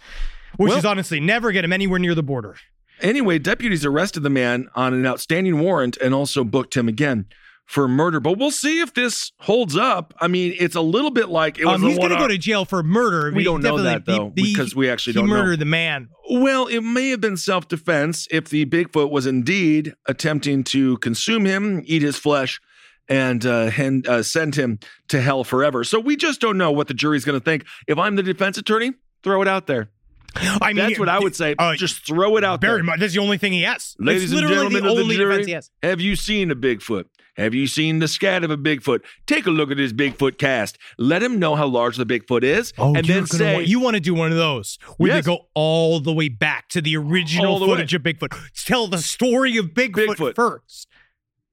which Mm-hmm. Well- is honestly never get him anywhere near the border. Anyway, deputies arrested the man on an outstanding warrant and also booked him again for murder. But we'll see if this holds up. I mean, it's a little bit like it was Um, the he's going to one- go to jail for murder. We He don't know definitely- that, though, because we actually he don't know. murdered the man. Well, it may have been self defense if the Bigfoot was indeed attempting to consume him, eat his flesh, and uh, hen- uh, send him to hell forever. So we just don't know what the jury's going to think. If I'm the defense attorney, throw it out there. I mean, That's what I would say. uh, just throw it out there. Very much. That's the only thing he has. Ladies it's and literally gentlemen the of the only jury, defense he has. have you seen a Bigfoot? Have you seen the scat of a Bigfoot? Take a look at this Bigfoot cast. Let him know how large the Bigfoot is, Oh, and you're then gonna say, want, you want to do one of those where Yes. they go all the way back to the original All the footage of Bigfoot. Tell the story of Bigfoot, Bigfoot. first.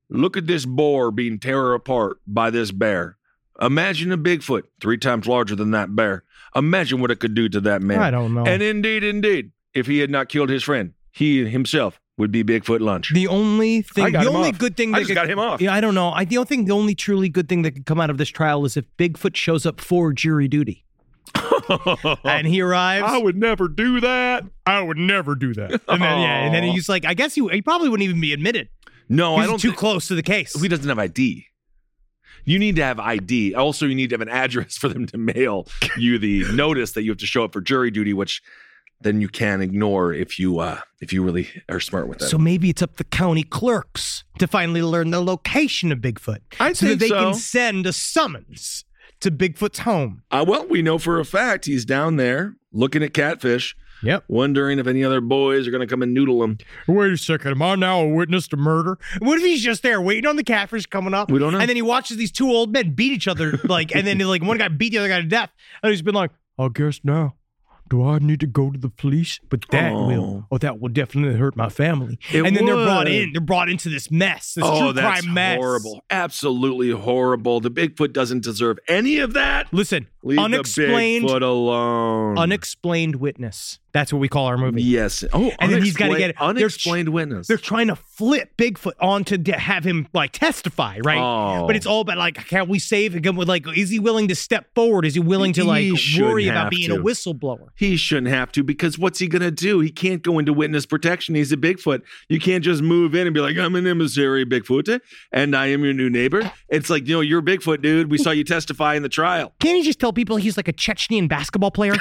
Look at this boar being tear apart by this bear. Imagine a Bigfoot three times larger than that bear. Imagine what it could do to that man. I don't know. And indeed, indeed, if he had not killed his friend, he himself would be Bigfoot lunch. The only thing, I got the him only off. good thing I that just could- got him off. Yeah, I don't know. I don't think the only truly good thing that could come out of this trial is if Bigfoot shows up for jury duty. and he arrives. would never do that. I would never do that. And then, yeah, and then he's like, I guess he, he probably wouldn't even be admitted. No, I he's don't. too thi- close to the case. he doesn't have ID. You need to have ID. Also, you need to have an address for them to mail you the notice that you have to show up for jury duty, which then you can ignore if you uh if you really are smart with that. So maybe it's up the county clerks to finally learn the location of Bigfoot. I so think that they so. can send a summons to Bigfoot's home. Uh, well, we know for a fact he's down there looking at catfish, Yep. wondering if any other boys are going to come and noodle him. Wait a second. Am I now a witness to murder? What if he's just there waiting on the catfish coming up? We don't know. And then he watches these two old men beat each other, like, and then like one guy beat the other guy to death. And he's been like, I guess now. Do I need to go to the police? But that Oh. will, oh, that will definitely hurt my family. It and then they're brought would. in. They're brought into this mess. This oh, true that's crime mess. horrible! Absolutely horrible. The Bigfoot doesn't deserve any of that. Listen, Leave unexplained, the Bigfoot alone. unexplained witness. That's what we call our movie. Yes. Oh, And then he's gotta unexplained- get it. They're- unexplained witness. They're trying to flip Bigfoot onto to have him like testify, right? Oh. But it's all about like, can we save him? With like, is he willing to step forward? Is he willing to He like shouldn't worry have about being to. a whistleblower? He shouldn't have to because what's he going to do? He can't go into witness protection. He's a Bigfoot. You can't just move in and be like, I'm an emissary Bigfoot and I am your new neighbor. It's like, you know, you're Bigfoot, dude. We saw you testify in the trial. Can't he just tell people he's like a Chechnyan basketball player?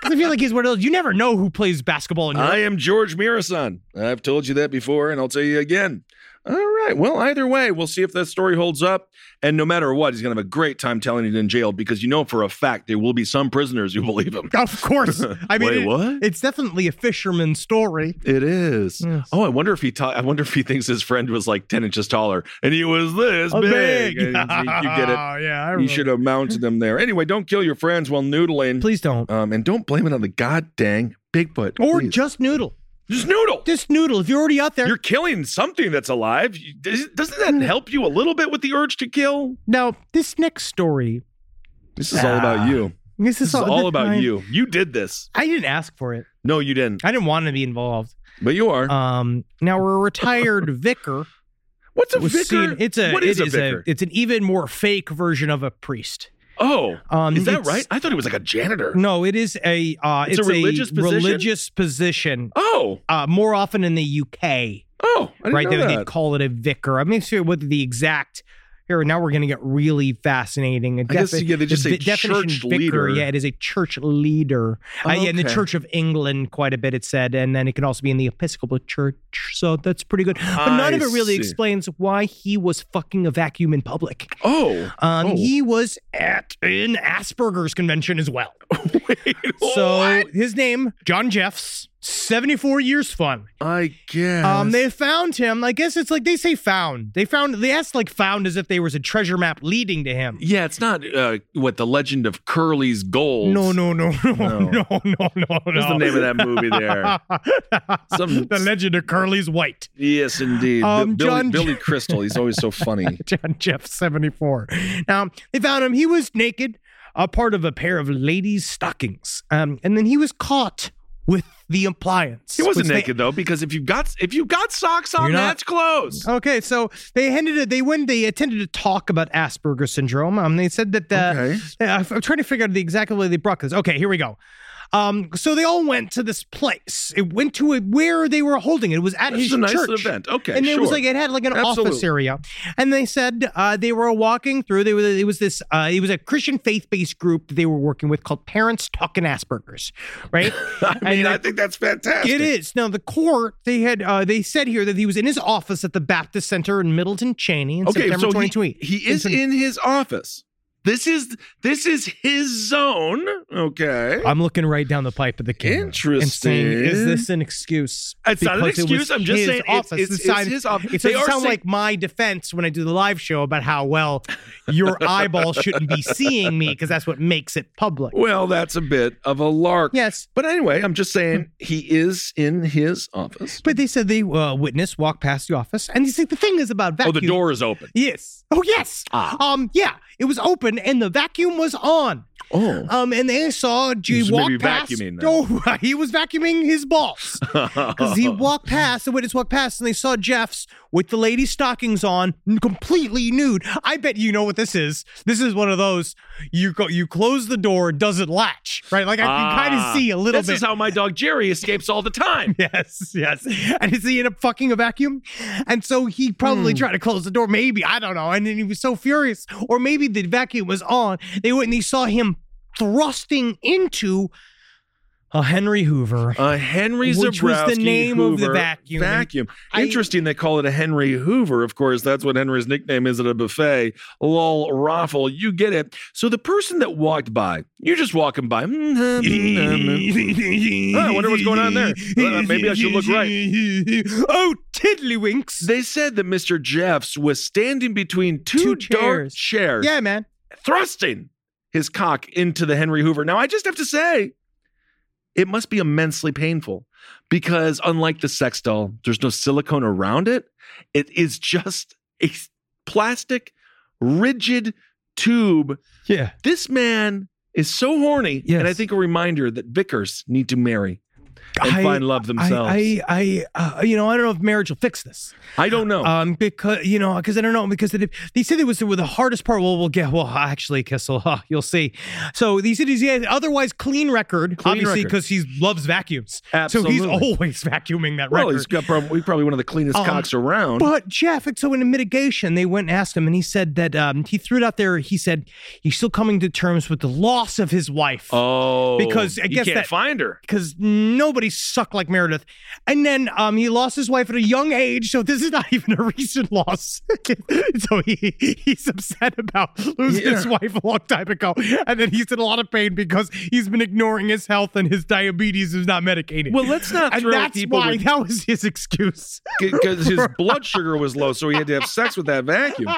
'Cause I feel like he's one of those. You never know who plays basketball in Europe. I am George Mirasan. I've told you that before and I'll tell you again. All right. Well, either way, we'll see if that story holds up. And no matter what, he's going to have a great time telling it in jail because you know for a fact there will be some prisoners who believe him. of course. I mean, Wait, it- what? it's definitely a fisherman's story. It is. Yes. Oh, I wonder if he. Ta- I wonder if he thinks his friend was like ten inches taller, and he was this Oh, big. And big. you, you get it. Oh, yeah. I You remember. should have mounted him there. Anyway, don't kill your friends while noodling. Please don't. Um, and don't blame it on the god dang Bigfoot. or please. just noodle. Just noodle. Just noodle. If you're already out there, You're killing something that's alive. You- does- Doesn't that Mm. help you a little bit with the urge to kill? Now, this next story. This is all Ah. about you. This This is is all about I- you. You did this. I didn't ask for it. No, you didn't. I didn't want to be involved. But you Uh, are. Um, now we're a retired vicar. What's a was vicar? seen- it's a. what it is a is vicar? It's an even more fake version of a priest. Oh, Um, is that it's- Mm. right? I thought he was like a janitor. No, it is a uh, It's it's, a religious position? religious position. Oh, Uh, more often in the UK, oh, I didn't right? know They, that. would call it a vicar. I'm not sure what the exact. Here now we're going to get really fascinating. I A guess, yeah, they just the say de- definition church vicar, leader. Yeah, it is a church leader. Oh, Uh, yeah, in the okay. Church of England, quite a bit it said, and then it can also be in the Episcopal Church. So that's pretty good. But none I of it really see. explains why he was fucking a vacuum in public. oh, Um, Oh. He was at an Asperger's convention as well. wait, So what? his name, John Jeffs, 74 years fun. I guess. Um, they found him. I guess it's like they say found. They found, they asked like found as if there was a treasure map leading to him. yeah, it's not uh, what the legend of Curly's gold. No, no, no, no, no, no, no, no. What's the name of that movie there? Some- the legend of Curly's White. yes, indeed. Bi- Um, Billy, John- Billy Crystal. He's always so funny. John Jeff 74. Now, they found him. He was naked, a part of a pair of ladies' stockings. Um, and then he was caught with the appliance. He wasn't which they- naked though, because if you've got if you've got socks on, You're not- that's clothes. Okay, so they handed it. They when they attended a talk about Asperger's syndrome, um, they said that. Uh, Okay. yeah, I'm I'm trying to figure out the exact way they brought this. Okay, here we go. Um, so they all went to this place. It went to a, where they were holding it. It was at This his is a nice church event. Okay, and it was sure. like it had like an office Absolutely. area, and they said uh, they were walking through. They were it was this uh, it was a Christian faith based group that they were working with called Parents Talking Aspergers, right? I And mean, they're- I think that's fantastic. it is now the court. They had uh, they said here that he was in his office at the Baptist Center in Middleton Cheney in Okay, September so he- 2020. he, is in his office. This is this is his zone. Okay, I'm looking right down the pipe at the camera and saying, "Is Interesting. this an excuse?" It's not an Because it was excuse. I'm just his saying it's- office. it's- It it's sound- his office. It They doesn't are sound saying- like my defense when I do the live show about how well your eyeball shouldn't be seeing me because that's what makes it public. well, that's a bit of a lark. Yes. But anyway, I'm just saying he is in his office. But they said they uh, witness walked past the office, and he's like, "The thing is about Oh, vacuum." the door is open. Yes. Oh, yes. Ah. Um, yeah. It was open, and the vacuum was on. Oh. Um, and they saw He G was walk maybe past. vacuuming then. Oh, he was vacuuming his balls because he walked past. The witness walked past, and they saw Jeff's with the lady's stockings on, n- completely nude. I bet you know what this is. This is one of those you go, you close the door, it doesn't latch, right? Like I can kind Ah, of see a little this bit. is how my dog Jerry escapes all the time. Yes, yes. And is he in a fucking a vacuum? And so he Hmm. probably tried to close the door, maybe, I don't know. And then he was so furious. Or maybe the vacuum was on. They went and they saw him thrusting into a Henry Hoover. Uh, Henry Which was the Zebrowski name of the Hoover vacuum. Vacuum. I- Interesting. they call it a Henry Hoover. Of course, that's what Henry's nickname is at a buffet. Lol, raffle. You get it. So the person that walked by, you're just walking by. Mm-hmm, I wonder what's going on there. Uh, maybe I should look right. Oh, tiddlywinks. They said that Mr. Jeffs was standing between two, Two dark chairs. chairs, Yeah, man. thrusting his cock into the Henry Hoover. Now, I just have to say, it must be immensely painful because, unlike the sex doll, there's no silicone around it. It is just a s- plastic, rigid tube. Yeah. This man is so horny. And I Yes. think a reminder that vicars need to marry and I- find love themselves. I, I, I, I uh, you know, I don't know if marriage will fix this. don't know. Um, because you know, because I don't know, because it, they said it was the, the hardest part. Well, we'll get. Well, actually, Kissel, huh, you'll see. So these cities, yeah, otherwise clean record, Clean obviously, record. because he loves vacuums. So he's Absolutely. always vacuuming that well, record. he's got probably, probably one of the cleanest Um, cocks around. But Jeff, so in a mitigation, they went and asked him, and he said that um, he threw it out there. He said he's still coming to terms with the loss of his wife. Oh, Because I you guess can't that- find her. because nobody sucked like Meredith. And then um, he lost his wife at a young age, so this is not even a recent loss. so he he's upset about losing his Yeah. wife a long time ago, and then he's in a lot of pain because he's been ignoring his health and his diabetes is not medicated. Well, let's not and throw that's people why with- that was his excuse. because his blood sugar was low, so he had to have sex with that vacuum.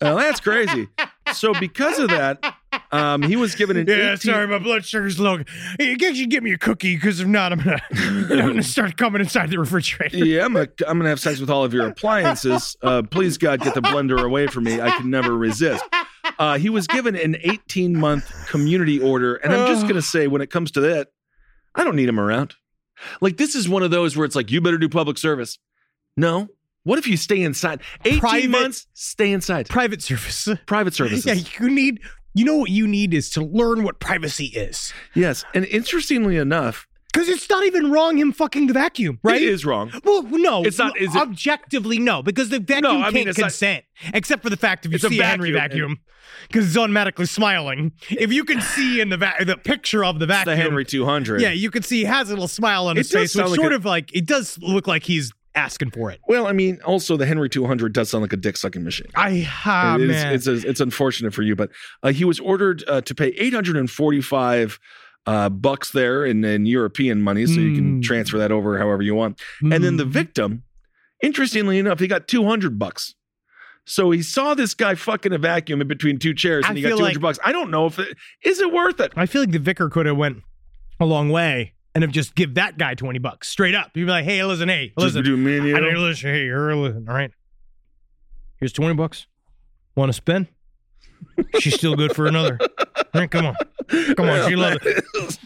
Now that's crazy. So because of that, um, he was given an Yeah, 18 sorry, my blood sugar's low. Hey, can't you give me a cookie? Because if not, I'm gonna I'm gonna start coming inside the refrigerator. Yeah, I'm, a, I'm gonna have sex with all of your appliances. Uh, please, God, get the blender away from me. I can never resist. Uh, he was given an 18 month community order, and I'm just gonna say, when it comes to that, I don't need him around. Like this is one of those where it's like, you better do public service. No. What if you stay inside? 18 Private- months, stay inside. Private service. Private services. Yeah, you need You know what you need is to learn what privacy is. Yes. And interestingly enough, Because it's not even wrong him fucking the vacuum, right? it is wrong. Well, no, It's not- is it- objectively no, because the vacuum I can't mean, it's not- consent, except for the fact if you It's a see a Henry vacuum, vacuum, because it's automatically smiling. If you can see in the va- the picture of the vacuum, The Henry 200. yeah, you can see he has a little smile on It his does face, which sound like sort a- of like it does look like he's asking for it. Well, I mean, also the Henry 200 does sound like a dick sucking machine. I ah, It is- man, it's, it's, unfortunate for you, but uh, he was ordered uh, to pay 845 uh, bucks there in, in European money, so you can Mm. transfer that over however you want. And then the Hmm. victim, interestingly enough, he got 200 bucks. So he saw this guy fucking a vacuum in between two chairs, I and he got feel 200 like- bucks. I don't know if it is it worth it. I feel like the vicar could have went a long way and have just give that guy twenty bucks straight up. You'd be like, hey, listen, hey, Just listen, do me and you. I didn't listen. Hey, you're listening. All right. Here's 20 bucks. Want to spend? She's still good for another. All right, come on. Come on. She loves it.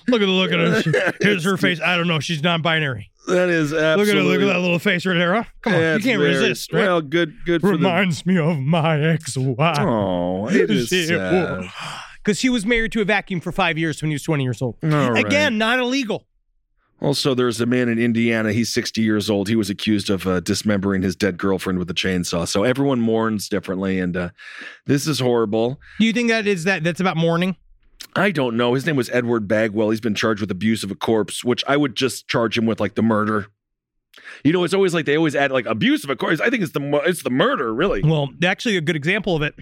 Look at the look at her. She- Here's her face. I don't know. She's non binary. That is Look at her. absolutely. Look at that little face right there. Huh? Come on. that's you can't very- resist. Right? Well, good, good for the. Reminds me of my ex wife. Oh, it is sad. Because he was married to a vacuum for five years when he was 20 years old. All right. Again, not illegal. Also, there's a man in Indiana. He's 60 years old. He was accused of uh, dismembering his dead girlfriend with a chainsaw. So everyone mourns differently, and uh, this is horrible. Do you think that is that? That's about mourning. I don't know. His name was Edward Bagwell. He's been charged with abuse of a corpse, which I would just charge him with like the murder. You know, it's always like they always add like abuse of a corpse. I think it's the mu- it's the murder, really. Well, actually, a good example of it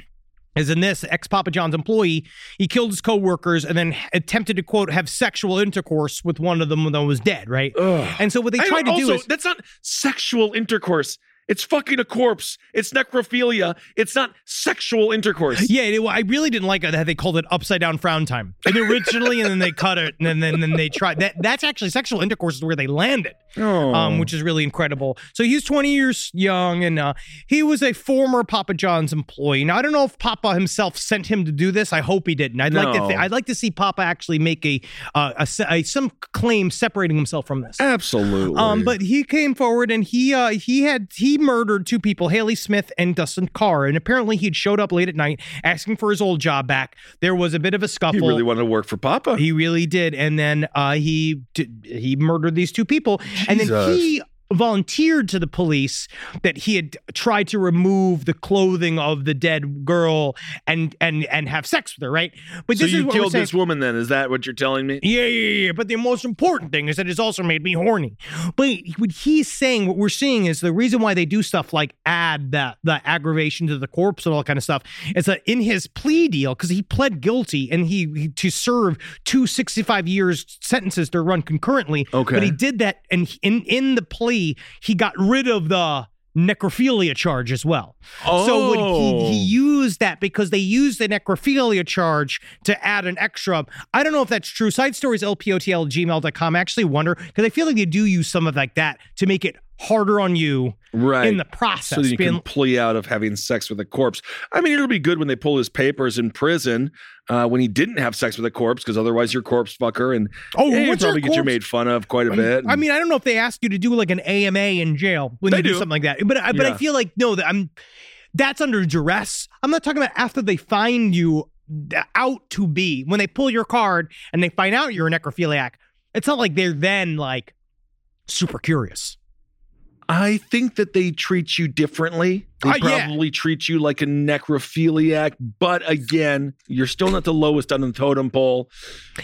is in this ex Papa John's employee. He killed his coworkers and then attempted to quote have sexual intercourse with one of them that was dead, right? And so what they I tried to also, do is that's not sexual intercourse. It's fucking a corpse. It's necrophilia. It's not sexual intercourse. yeah, it, I really didn't like that they called it upside down frown time. And originally, and then they cut it, and then then, then they tried that. That's actually sexual intercourse is where they landed, um, which is really incredible. So he's 20 years young, and uh, he was a former Papa John's employee. Now I don't know if Papa himself sent him to do this. I hope he didn't. I'd like to. No. Th- I'd like to see Papa actually make a, uh, a, se- a some claim separating himself from this. Absolutely. Um, but he came forward and he uh, he had he murdered two people, Haley Smith and Dustin Carr, and apparently he'd showed up late at night asking for his old job back. There was a bit of a he scuffle. really wanted to work for Papa. He really did, and then uh, he did, he murdered these two people, and then he volunteered to the police that he had tried to remove the clothing of the dead girl and and and have sex with her, right? But so this is you what we're killed saying- this woman then? Is that what you're telling me? yeah, yeah, yeah. But the most important thing is that it's also made me horny. But what he's saying, what we're seeing is the reason why they do stuff like add that the aggravation to the corpse and all that kind of stuff is that in his plea deal, because he pled guilty and he, he- to serve two 65 years sentences to run concurrently. Okay. But he did that, and he- in in the plea, he got rid of the necrophilia charge as well. So when he, he Oh. used that because they used the necrophilia charge to add an extra. I don't know if that's true. Side stories, lpotl gmail.com. I actually wonder because I feel like they do use some of like that to make it harder on you Right. in the process. so that you being- can plea out of having sex with a corpse. I mean, it'll be good when they pull his papers in prison uh, when he didn't have sex with a corpse, because otherwise you're corpse fucker, and Oh, yeah, you what's your probably get you corpse- made fun of quite a bit. I mean, I don't know if they ask you to do like an AMA in jail when They you do, do. something like that, but I, but I Yeah. feel like no, that I'm that's under duress. I'm not talking about after they find you out to be when they pull your card and they find out you're a necrophiliac. It's not like they're then like super curious. I think that they treat you differently. They Uh, yeah. probably treat you like a necrophiliac, but again, you're still not the lowest on the totem pole.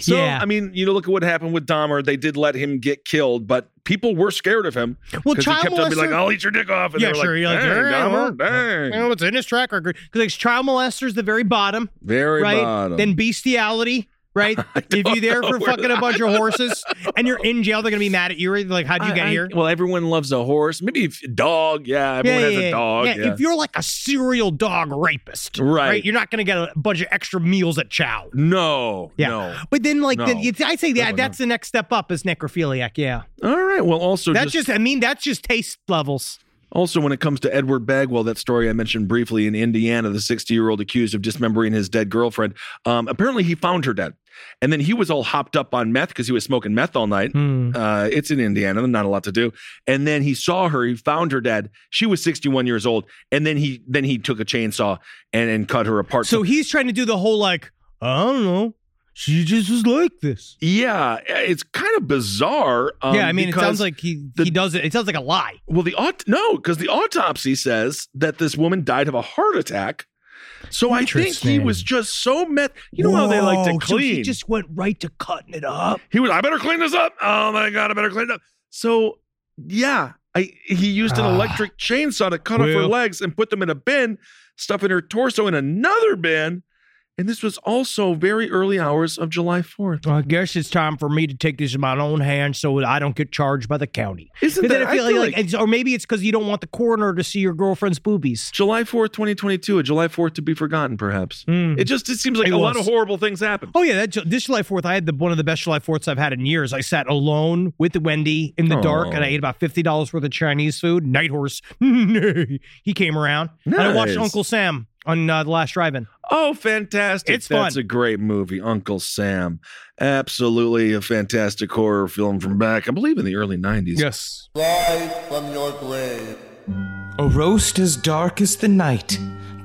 So, Yeah. I mean, you know, look at what happened with Dahmer. They did let him get killed, but people were scared of him. Well, 'Cause he child kept on being like, molester- "I'll eat your dick off," and yeah, they were sure. You're like, like, all right, "Dang, well, Dahmer, dang." well, it's in his track record because like child molesters the very bottom, Very right? bottom. Then bestiality. Right, if you're there know for where fucking a bunch of horses and you're in jail, they're gonna be mad at you. Right? They're Like, how'd you I- get I- here? Well, everyone loves a horse. Maybe if, dog. Yeah, everyone has a dog. Yeah, If you're like a serial dog rapist, Right. You're not going to get a bunch of extra meals at Chow. no, Yeah. no. But then, like, the, No. it's, I say that no. that's the next step up is necrophiliac. Yeah, All right. Well, also that's just, just, I mean, that's just taste levels. also when it comes to Edward Bagwell, that story I mentioned briefly in Indiana, the 60 year old accused of dismembering his dead girlfriend. Um, apparently, he found her dead, and then he was all hopped up on meth because he was smoking meth all night. Uh, it's in Indiana, not a lot to do. And then he saw her, he found her dead. She was 61 years old, and then he then he took a chainsaw and and cut her apart. So he's trying to do the whole like. I don't know. She just was like this. Yeah, it's kind of bizarre. um, yeah, I mean, it because- sounds like he the- he does it. It sounds like a lie. Well, the aut- no, because the autopsy says that this woman died of a heart attack. So I think he Interesting. was just so met. You know how they like to Whoa, clean. so he just went right to cutting it up. He was. I better clean this up. Oh my god, I better clean it up. So yeah, I he used an Ah. electric chainsaw to cut off her Well. legs and put them in a bin, stuffing her torso in another bin. And this was also very early hours of July Fourth. Well, I guess it's time for me to take this in my own hands so that I don't get charged by the county. Isn't And that? then I feel like, like, like- and- or maybe it's because you don't want the coroner to see your girlfriend's boobies. July Fourth, twenty twenty two, a July Fourth to be forgotten, perhaps. It just it seems like Hmm. It a lot was. of horrible things happened. Oh yeah, that Ju- this July Fourth, I had the one of the best July Fourths I've had in years. I sat alone with Wendy in the dark, and I Oh. ate about fifty dollars worth of Chinese food. Night horse, he came around, and I watched Nice. Uncle Sam on uh, the last drive-in. Oh, fantastic. It's That's fun. a great movie, Uncle Sam. Absolutely a fantastic horror film from back, I believe, in the early 90s. Yes, A roast as dark as the night,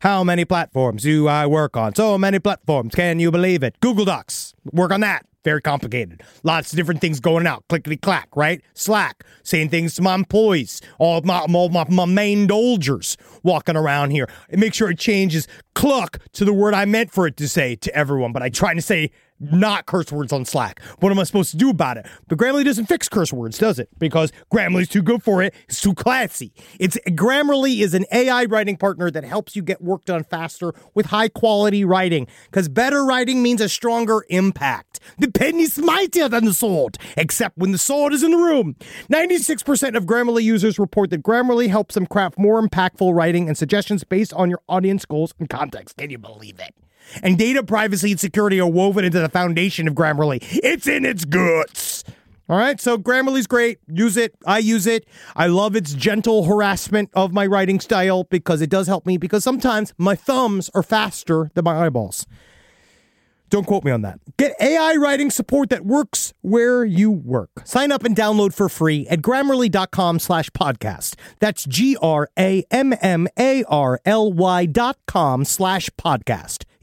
How many platforms do I work on? So many platforms. Can you believe it? Google Docs. Work on that. Very complicated. Lots of different things going out. Clickety clack, right? Slack. Same things to my employees. All of my, all my, my main dolgers walking around here. And make sure it changes cluck to the word I meant for it to say to everyone, but I try to say not curse words on Slack. What am I supposed to do about it? But Grammarly doesn't fix curse words, does it? Because Grammarly's too good for it. It's too classy. It's Grammarly is an AI writing partner that helps you get work done faster with high quality writing. Because better writing means a stronger impact. The pen is mightier than the sword, except when the sword is in the room. 96% of Grammarly users report that Grammarly helps them craft more impactful writing and suggestions based on your audience goals and context. Can you believe it? And data privacy and security are woven into the foundation of Grammarly. It's in its guts. All right, so Grammarly's great. Use it. I use it. I love its gentle harassment of my writing style because it does help me because sometimes my thumbs are faster than my eyeballs. Don't quote me on that. Get AI writing support that works where you work. Sign up and download for free at grammarly.com slash podcast. That's G R A M M A R L Y dot com slash podcast.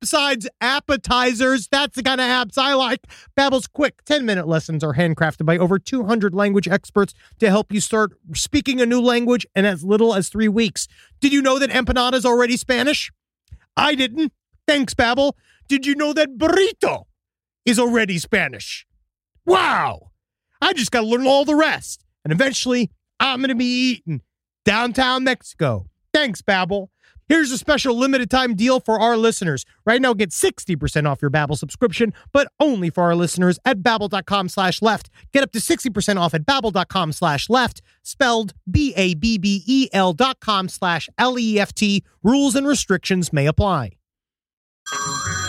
Besides appetizers, that's the kind of apps I like. Babbel's quick 10-minute lessons are handcrafted by over 200 language experts to help you start speaking a new language in as little as 3 weeks. Did you know that empanada is already Spanish? I didn't. Thanks, Babbel. Did you know that burrito is already Spanish? Wow! I just got to learn all the rest. And eventually, I'm going to be eating downtown Mexico. Thanks, Babbel. Here's a special limited time deal for our listeners. Right now, get 60% off your Babbel subscription, but only for our listeners at babbel.com slash left. Get up to 60% off at babbel.com slash left, spelled B-A-B-B-E-L E dot com slash L-E-F-T. Rules and restrictions may apply.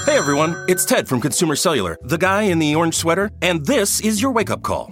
Hey everyone, it's Ted from Consumer Cellular, the guy in the orange sweater, and this is your wake up call.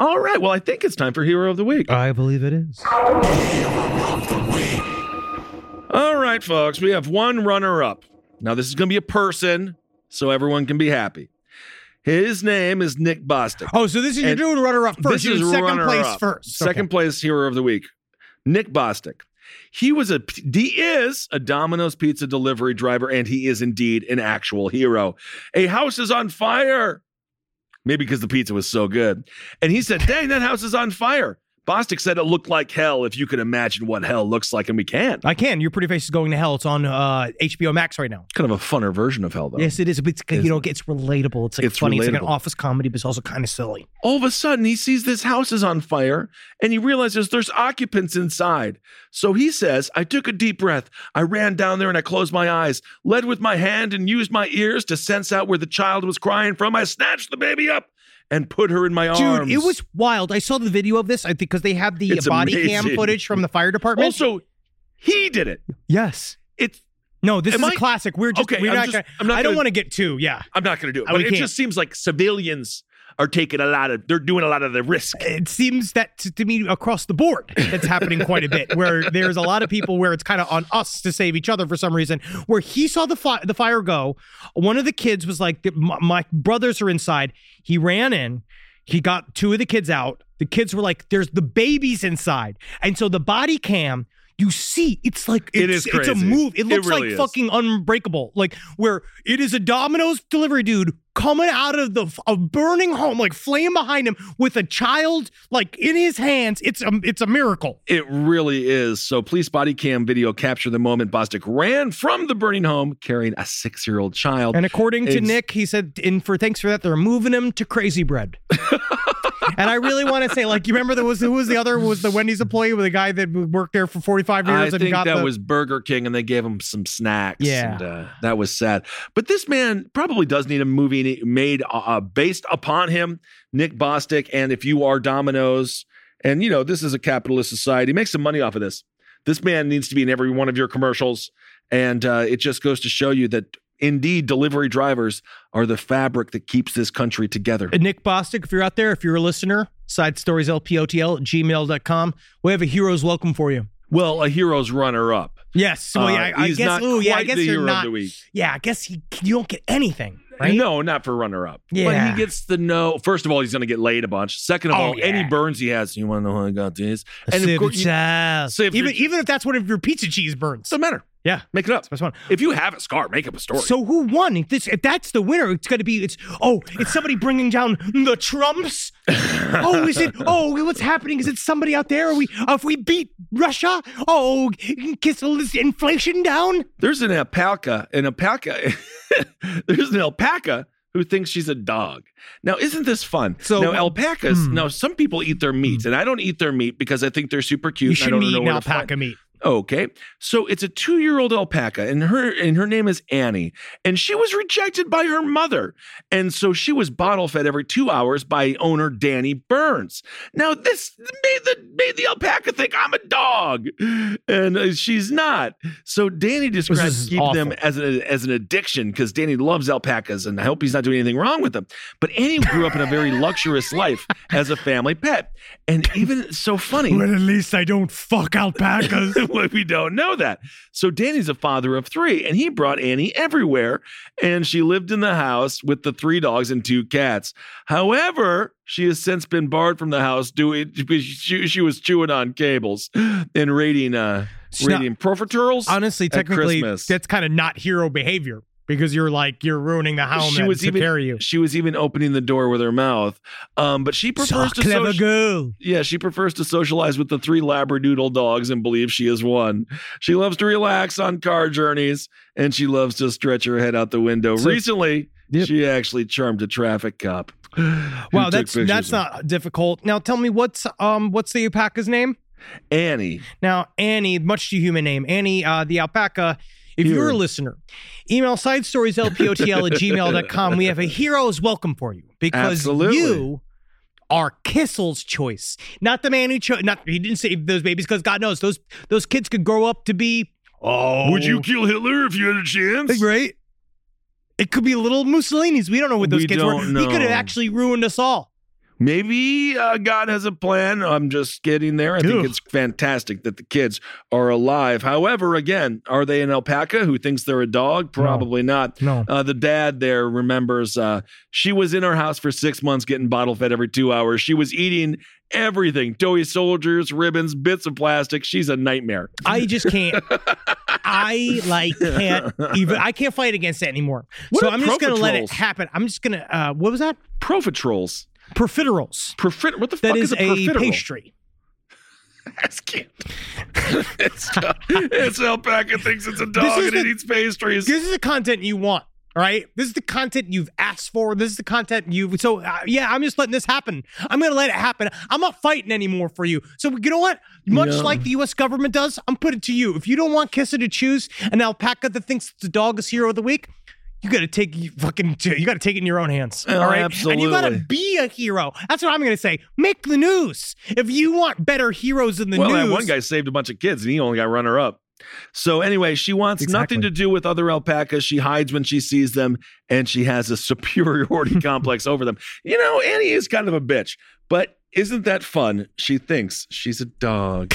All right. Well, I think it's time for Hero of the Week. I believe it is. All right, folks, we have one runner up. Now, this is going to be a person, so everyone can be happy. His name is Nick Bostic. Oh, so this is you're And doing runner up first. This You're is doing second runner place up. first. Second place Hero of the Week, Nick Bostic. He was a he is a Domino's pizza delivery driver, and he is indeed an actual hero. A house is on fire. Maybe because the pizza was so good. And he said, Dang, that house is on fire. Bostic said it looked like hell if you could imagine what hell looks like, and we can. I can. Your pretty face is going to hell. It's on uh, HBO Max right now. Kind of a funner version of hell, though. Yes, it is. But it's, Is you know, it's relatable. It's like It's funny. It's like relatable. an office comedy, but it's also kind of silly. All of a sudden, he sees this house is on fire and he realizes there's occupants inside. So he says, I took a deep breath. I ran down there and I closed my eyes, led with my hand and used my ears to sense out where the child was crying from. I snatched the baby up and put her in my Dude, arms. it was wild. I saw the video of this. I think because they have the It's body amazing. cam footage from the fire department. Also, he did it. yes, It's no. This Am is I- a classic. We're just. Okay, we're I'm not just- gonna, I'm not I don't gonna- want to get too. Yeah. I'm not going to do it. Uh, But we it can't. just seems like civilians are taking a lot of, they're doing a lot of the risk. It seems that to, to me across the board, it's happening quite a bit. Where there's a lot of people where it's kind of on us to save each other for some reason. Where he saw the fi- the fire go, one of the kids was like, "The- my, "My brothers are inside." He ran in. He got two of the kids out. The kids were like, "There's the babies inside," and so the body cam. You see, it's like it's, It is it's a crazy. move. It It looks really like is. fucking unbreakable. Like where it is a Domino's delivery dude coming out of the a burning home, like flame behind him, with a child like in his hands. It's a it's a miracle. It really is. So police body cam video captured the moment Bostic ran from the burning home carrying a six-year-old child. And according to Ex- Nick, he said, and for thanks for that, they're moving him to Crazy Bread. and I really want to say, like, you remember there was who was the other was the Wendy's employee with the guy that worked there for forty five I years and think got that the, was Burger King, and they gave him some snacks. Yeah. and, uh, that was sad. But this man probably does need a movie made uh, based upon him, Nick Bostic. And if you are Domino's, and you know this is a capitalist society, make some money off of this. This man needs to be in every one of your commercials, and uh, it just goes to show you that indeed delivery drivers are the fabric that keeps this country together. Nick Bostic, if you're out there, if you're a listener, side stories lpotl at gmail.com. We have a hero's welcome for you. Well, a hero's runner-up. Yes. Well, Uh, yeah, I, I he's guess. not Ooh, yeah, I quite guess the you're hero of not. the week. Yeah, I guess you, you don't get anything, right? No, not for runner up. But Yeah. he gets the no. First of all, he's going to get laid a bunch. Second of Oh, all, any burns he has, you want to know how I got this? Save of course, the you- child. save the even ch- even if that's one of your pizza cheese burns, doesn't matter. yeah. Make it up. That's one. If you have a scar, make up a story. So who won? If this if that's the winner, it's gonna be it's oh it's somebody bringing down the Trumps. oh, is it? Oh, what's happening? Is it somebody out there? Are we uh, if we beat Russia? Oh, kiss all this inflation down. there's an alpaca, an alpaca, there's an alpaca who thinks she's a dog. Now, isn't this fun? So- now alpacas. Hmm. Now, some people eat their meat, and I don't eat their meat because I think they're super cute. You and I don't shouldn't be know eating where to find- alpaca meat. Okay. So it's a two-year-old alpaca, and her and her name is Annie. And she was rejected by her mother. And so she was bottle fed every two hours by owner Danny Burns. Now, this made the made the alpaca think I'm a dog. And uh, she's not. So Danny is describes keeping them awful. as an as an addiction because Danny loves alpacas and I hope he's not doing anything wrong with them. But Annie grew up in a very luxurious life as a family pet. And even so funny. at least I don't fuck alpacas. Well, we don't know that. So Danny's a father of three, and he brought Annie everywhere, and she lived in the house with the three dogs and two cats. However, she has since been barred from the house due because she, she was chewing on cables and raiding uh not- raiding profiteroles. Honestly, at technically, Christmas. that's kind of not hero behavior because you're like you're ruining the home she and was to even carry you. she was even opening the door with her mouth. Um, but she prefers to clever soci- girl. Yeah, she prefers to socialize with the three Labradoodle dogs and believes she is one. She loves to relax on car journeys and she loves to stretch her head out the window. So- Recently, Yep. she actually charmed a traffic cop. who Wow, took that's pictures that's of- not difficult. Now tell me what's um what's the alpaca's name? Annie. Now Annie, much to human name, Annie uh, the alpaca. If you're Here. a listener, email side stories lpotl at gmail.com. We have a hero's welcome for you because Absolutely. you are Kissel's choice, not the man who chose. Not he didn't save those babies because God knows those those kids could grow up to be. Oh, kill Hitler if you had a chance? right? It could be little Mussolini's. We don't know what those We kids were. don't He could know. have actually ruined us all. Maybe uh, God has a plan. I'm just getting there. I think Ugh. it's fantastic that the kids are alive. However, again, are they an alpaca who thinks they're a dog? Probably not. No. Uh, the dad there remembers uh, she was in our house for six months getting bottle fed every two hours. She was eating everything toy soldiers, ribbons, bits of plastic. She's a nightmare. I just can't. I like can't even. I can't fight against that anymore. What so are I'm Pro just gonna let it Patrols? happen. I'm just gonna. Uh, what was that? Profiteroles. Profiteroles. Profit. What the That fuck is is a profiterole? pastry. Ask can't. it's, uh, it's Alpaca thinks it's a This dog is and it the- eats pastries. This is the content you want. All right. This is the content you've asked for. This is the content you. So uh, yeah, I'm just letting this happen. I'm gonna let it happen. I'm not fighting anymore for you. So you know what? Much Yeah. like the U.S. government does, I'm putting it to you. If you don't want Kissa to choose an alpaca that thinks the dog is hero of the week. You gotta take you fucking. You gotta take it in your own hands. Oh, all right, and you gotta absolutely. be a hero. That's what I'm gonna say. Make the news if you want better heroes in the well, news. that one guy saved a bunch of kids, and he only got runner up. So anyway, she wants nothing to do with other alpacas. She hides when she sees them, and she has a superiority complex over them. You know, Annie is kind of a bitch, but isn't that fun? She thinks she's a dog.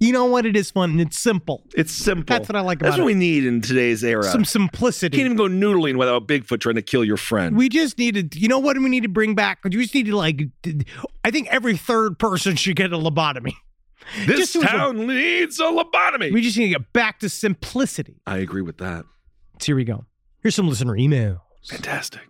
You know what? It is fun and it's simple. It's simple. That's what I like That's about what we it. need in today's era. Some simplicity. Can't even go noodling without Bigfoot trying to kill your friend. We just needed, you know what we need to bring back? We just need to like, d- I think every third person should get a lobotomy. this just do it. town needs a lobotomy. We just need to get back to simplicity. I agree with that. So here we go. Here's some listener email. Fantastic.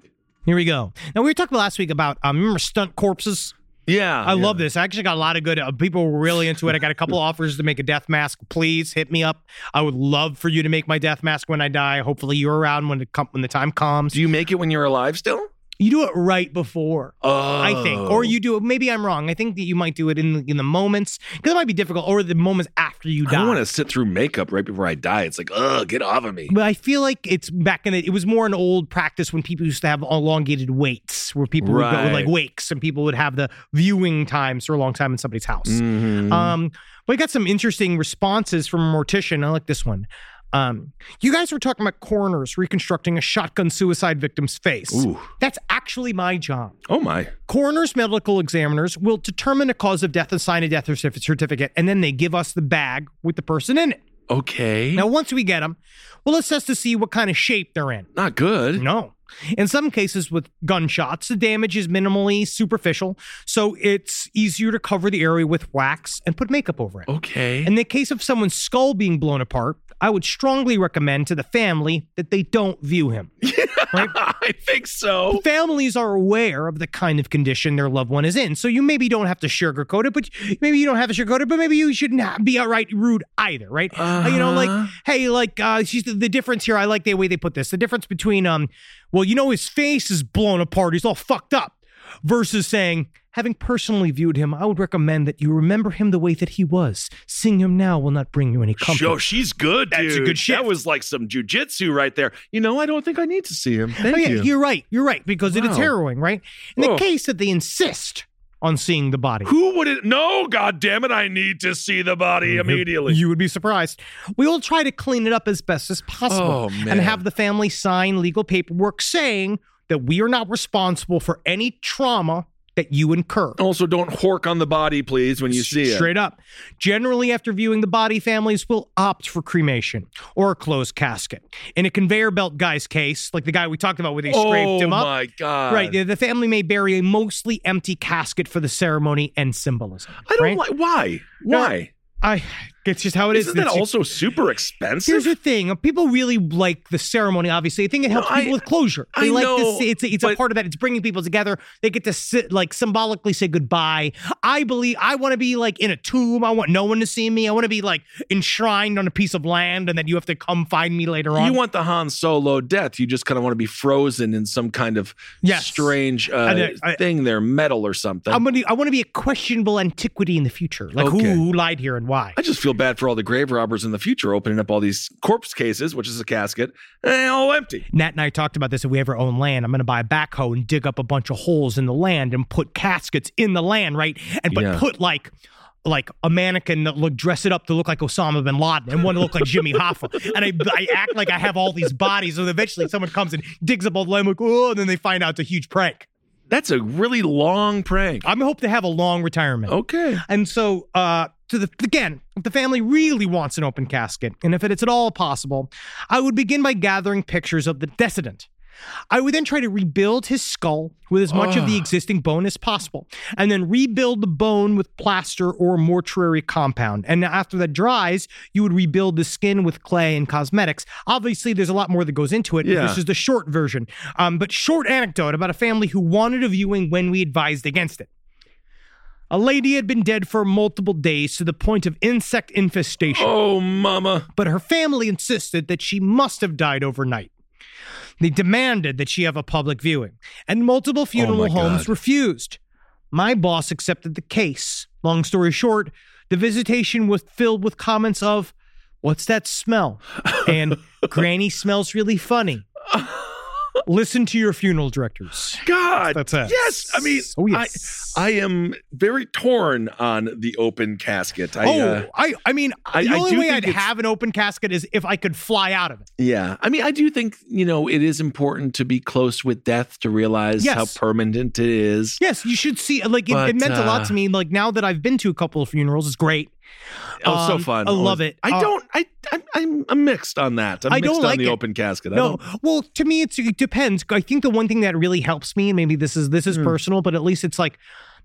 Here we go. Now we were talking last week about um, remember stunt corpses. Yeah, I yeah. love this. I actually got a lot of good uh, people were really into it. I got a couple offers to make a death mask. Please hit me up. I would love for you to make my death mask when I die. Hopefully you're around when it com- when the time comes. Do you make it when you're alive still? You do it right before. Oh, I think, or you do it. Maybe I'm wrong. I think that you might do it in the, in the moments because it might be difficult, or the moments after you I die. don't want to sit through makeup right before I die. It's like, ugh, get off of me. But I feel like it's back in the, it was more an old practice when people used to have elongated waits where people would Right. go like wakes and people would have the viewing times for a long time in somebody's house. Mhm. Um, but I got some interesting responses from a mortician. I like this one. Um, you guys were talking about coroners reconstructing a shotgun suicide victim's face. Ooh. That's actually my job. Oh my. Coroner's medical examiners will determine a cause of death and sign a death certif- certificate, and then they give us the bag with the person in it. Okay. Now, once we get them, we'll assess to see what kind of shape they're in. Not good. No. In some cases, with gunshots, the damage is minimally superficial, so it's easier to cover the area with wax and put makeup over Oh. it. Okay. In the case of someone's skull being blown apart, I would strongly recommend to the family that they don't view him. I think so. Families are aware of the kind of condition their loved one is in, so you maybe don't have to sugarcoat it, but maybe you don't have to sugarcoat it, but maybe you shouldn't ha- be outright rude either, right? Uh, You know, Uh-huh. like, hey, like, uh, she's the, the difference here. I like the way they put this. The difference between, um, well, you know, his face is blown apart. He's all fucked up. Versus saying, having personally viewed him, I would recommend that you remember him the way that he was. Seeing him now will not bring you any comfort. Yo, she's good, dude. That's a good That shift. was like some jujitsu right there. You know, I don't think I need to see him. Thank Oh, yeah, you. are right. You're right because it is Wow. Oh. harrowing, right? In Whoa. the case that they insist on seeing the body. Who would it? No, God damn it! I need to see the body immediately. You would be surprised. We will try to clean it up as best as Oh, possible man. and have the family sign legal paperwork saying that we are not responsible for any trauma that you incur. also, don't hork on the body, please, when Oh, you see it. Straight up. Generally, after viewing the body, families will opt for cremation or a closed casket. In a conveyor belt guy's case, like the guy we talked about where they scraped oh him up, my God! Right. The, the family may bury a mostly empty casket for the ceremony and symbolism. I don't right? like. Why? No, Why? I. It's just how it is. Isn't that It's- also super expensive? Here's the thing: people really like the ceremony. Obviously, I think it helps I- people with closure. I They like know, to see, it's a, it's a but- part of that. It's bringing people together. They get to sit like symbolically say goodbye. I believe I want to be like in a tomb. I want no one to see me. I want to be like enshrined on a piece of land, and then you have to come find me later on. You want the Han Solo death. You just kind of want to be frozen in some kind of Yes. strange uh, I- I- thing there, metal or something. I'm gonna. I want to be a questionable antiquity in the future. Like Okay. who lied here and why? I just feel bad for all the grave robbers in the future opening up all these corpse cases, which is a casket, and all empty. Nat and I talked about this. If we have our own land, I'm going to buy a backhoe and dig up a bunch of holes in the land and put caskets in the land, right? And but Yeah. put like like a mannequin that look dress it up to look like Osama bin Laden and one to look like Jimmy Hoffa. And I, I act like I have all these bodies. So eventually someone comes and digs up all the land, like, oh, and then they find out it's a huge prank. That's a really long prank. I'm hope to have a long retirement. Okay. And so, uh, to the again, if the family really wants an open casket, and if it's at all possible, I would begin by gathering pictures of the decedent. I would then try to rebuild his skull with as much of the Ugh. existing bone as possible, and then rebuild the bone with plaster or mortuary compound. And after that dries, you would rebuild the skin with clay and cosmetics. Obviously, there's a lot more that goes into it. but Yeah. This is the short version. Um, but short anecdote about a family who wanted a viewing when we advised against it. A lady had been dead for multiple days to the point of insect infestation. Oh, mama. But her family insisted that she must have died overnight. They demanded that she have a public viewing, and multiple funeral homes refused. My boss accepted the case. Long story short, the visitation was filled with comments of, What's that smell? And Granny smells really funny. Listen to your funeral directors. God, That's it. Yes, I mean, Oh, I, I am very torn on the open casket. I, oh, uh, I, I mean, I- the I only do way think I'd it's- have an open casket is if I could fly out of it. yeah. I mean, I do think you know it is important to be close with death to realize Yes. how permanent it is. Yes, you should see. Like it, it But, meant a lot uh, to me. Like now that I've been to a couple of funerals, it's great. Oh, so Um, fun! I love Oh, it. I Uh, don't. I I'm I'm, I'm mixed on that. I'm I mixed don't on like the it. open casket. I No, don't- well, to me, it's, it depends. I think the one thing that really helps me, and maybe this is this is personal, but at least it's like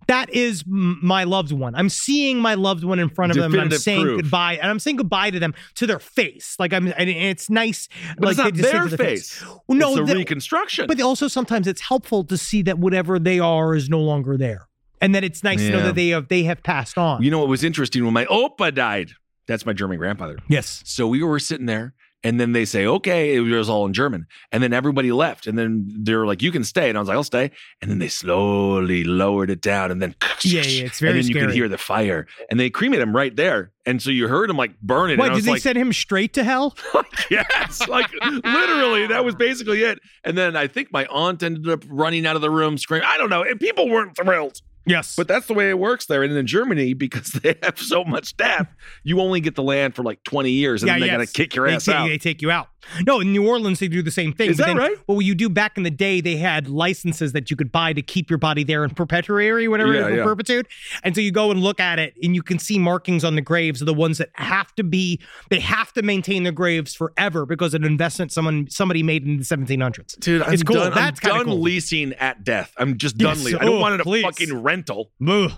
that is m- my loved one. I'm seeing my loved one in front of them. And I'm Definitive saying proof. goodbye, and I'm saying goodbye to them to their face. Like I'm, and it's nice. But like it's not they just say their to face. Well, no, It's a the- reconstruction. But also sometimes it's helpful to see that whatever they are is no longer there, and that it's nice to know Yeah. that they have they have passed on. You know what was interesting when my opa died? That's my German grandfather. Yes. So we were sitting there, and then they say, "Okay," it was all in German, and then everybody left, and then they're like, "You can stay," and I was like, "I'll stay," and then they slowly lowered it down, and then Yeah, yeah, it's very and then you could scary. hear the fire, and they cremated him right there, and so you heard him like burn it. What and I did was they like, send him straight to hell? yes, like literally, that was basically it. And then I think my aunt ended up running out of the room screaming. I don't know. And people weren't thrilled. Yes. But that's the way it works there. And in Germany, because they have so much death, you only get the land for like 20 years and then they yes. got to kick your They ass take- out. They take you out. No, in New Orleans they do the same thing. Is but that then, right? Well, you do back in the day they had licenses that you could buy to keep your body there in perpetuity, whatever Yeah, in yeah. perpetuity. And so you go and look at it, and you can see markings on the graves of the ones that have to be they have to maintain their graves forever because of an investment someone somebody made in the 1700s. Dude, I'm it's cool. done, I'm That's kind done of cool. leasing at death. I'm just done Yes. leasing. I don't Oh, want it a please. fucking rental. Ugh.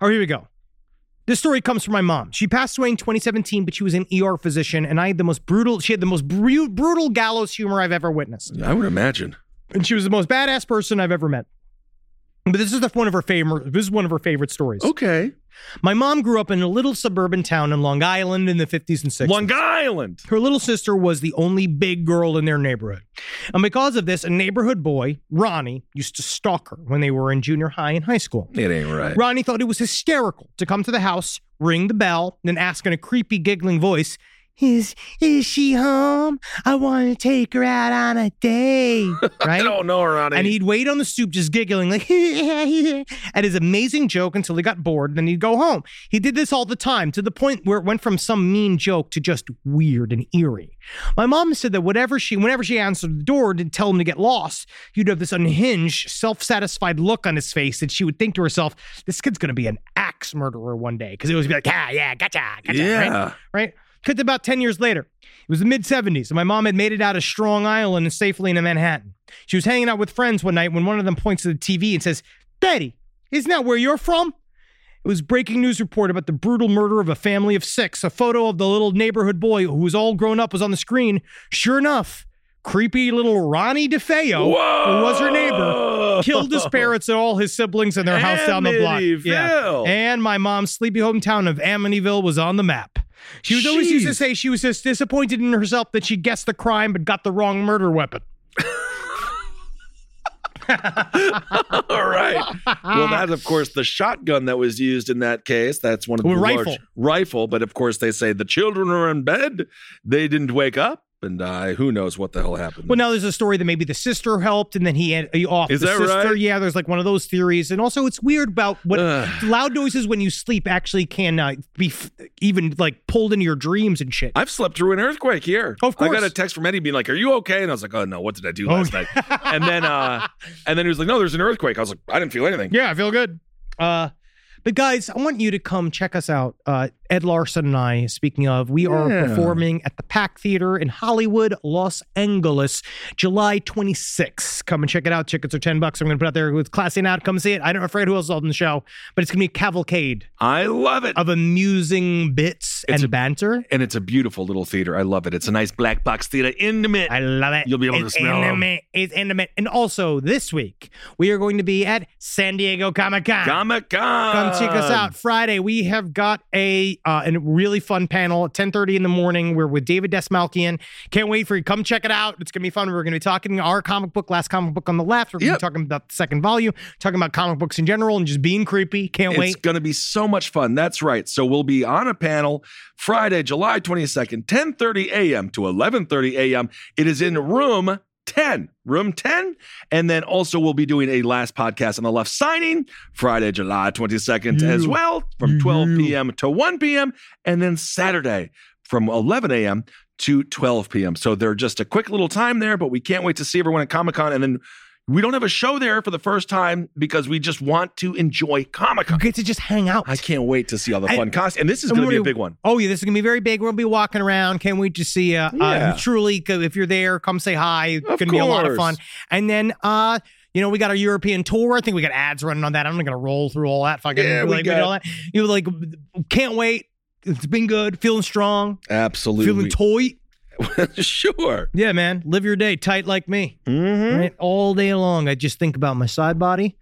Oh, here we go. This story comes from my mom. She passed away in 2017, but she was an ER physician, and I had the most brutal. She had the most bru- brutal gallows humor I've ever witnessed, I would imagine. and she was the most badass person I've ever met. But this is the, one of her favorite. This is one of her favorite stories. Okay. My mom grew up in a little suburban town in Long Island in the 50s and 60s. Long Island. Her little sister was the only big girl in their neighborhood. And because of this, a neighborhood boy, Ronnie, used to stalk her when they were in junior high and high school. It ain't right. Ronnie thought it was hysterical to come to the house, ring the bell, then ask in a creepy, giggling voice, Is is she home? I want to take her out on a date. Right? I don't know, Ronnie. And he'd wait on the stoop just giggling like at his amazing joke until he got bored, then he'd go home. He did this all the time, to the point where it went from some mean joke to just weird and eerie. My mom said that whatever she whenever she answered the door to tell him to get lost, you'd have this unhinged, self-satisfied look on his face, and she would think to herself, This kid's gonna be an axe murderer one day. Cause it was like, ah, yeah, gotcha, gotcha. Yeah. Right? right? Cut to about 10 years later. It was the mid 70s, and my mom had made it out of Strong Island and safely into Manhattan. She was hanging out with friends one night when one of them points to the TV and says, Daddy, isn't that where you're from? It was breaking news report about the brutal murder of a family of six. A photo of the little neighborhood boy who was all grown up was on the screen. Sure enough, creepy little Ronnie DeFeo, who was her neighbor, killed his parents and all his siblings in their house down the block. Amityville. And my mom's sleepy hometown of Amityville was on the map. She was always used to Jeez. say she was just disappointed in herself that she guessed the crime but got the wrong murder weapon. All right. Well, that of course the shotgun that was used in that case. That's one of the Well, large- rifle. rifle. But of course, they say the children are in bed. They didn't wake up, and uh, who knows what the hell happened. Well, now there's a story that maybe the sister helped, and then he had he off Is the that sister. right? Yeah, there's like one of those theories, and also it's weird about what loud noises when you sleep actually can uh, be f- even like pulled into your dreams and shit. I've slept through an earthquake here. Of I got a course. text from Eddie being like, "Are you okay?" And I was like, "Oh no, what did I do last night?" And then, uh, and then he was like, "No, there's an earthquake." I was like, "I didn't feel anything." Yeah, I feel good. Uh, But guys, I want you to come check us out. Uh, Ed Larson and I, speaking of, we are Yeah. performing at the Pack Theater in Hollywood, Los Angeles, July 26th. Come and check it out. Tickets are 10 bucks. I'm going to put out there with Classy and Out. Come see it. I don't, I forget who else is on the show, but it's going to be a cavalcade. I love it. Of amusing bits and banter. And it's a beautiful little theater. I love it. It's a nice black box theater, intimate. I love it. You'll be able to It's smell 'em. intimate. It's intimate. And also this week, we are going to be at San Diego Comic Con. Comic Con. Come check us out. Friday, we have got a uh, a really fun panel at 10:30 in the morning. We're with David Desmalkian. Can't wait for you. Come check it out. It's gonna be fun. We're gonna be talking our comic book, last comic book on the left. We're gonna be talking about the second volume, talking about comic books in general, and just being creepy. Can't it's wait. going to be so much fun. That's right. So we'll be on a panel Friday, July 22nd, 10:30 a.m. to 11:30 a.m. It is in room 10, room 10. And then also we'll be doing a last podcast on the left signing Friday, July 22nd as well from 12 p.m. to 1 p.m. and then Saturday from 11 a.m. to 12 p.m. So they're just a quick little time there, but we can't wait to see everyone at Comic-Con and then we don't have a show there for the first time because we just want to enjoy Comic Con. get to just hang out. I can't wait to see all the fun costumes. And this is and going to be a we're- big one. Oh yeah, this is gonna be very big. We'll be walking around. Can't wait to see you. Uh, Yeah. truly, co- if you're there, come say hi. It's gonna be a lot of course. fun. And then, uh, you know, we got our European tour. I think we got ads running on that. I'm not gonna roll through all that fucking. Yeah, we like, got- all that. You know, like, can't wait. It's been good. Feeling strong. Absolutely. Feeling toy. sure. Yeah, man. Live your day tight like me. Mm-hmm. Right? All day long, I just think about my side body.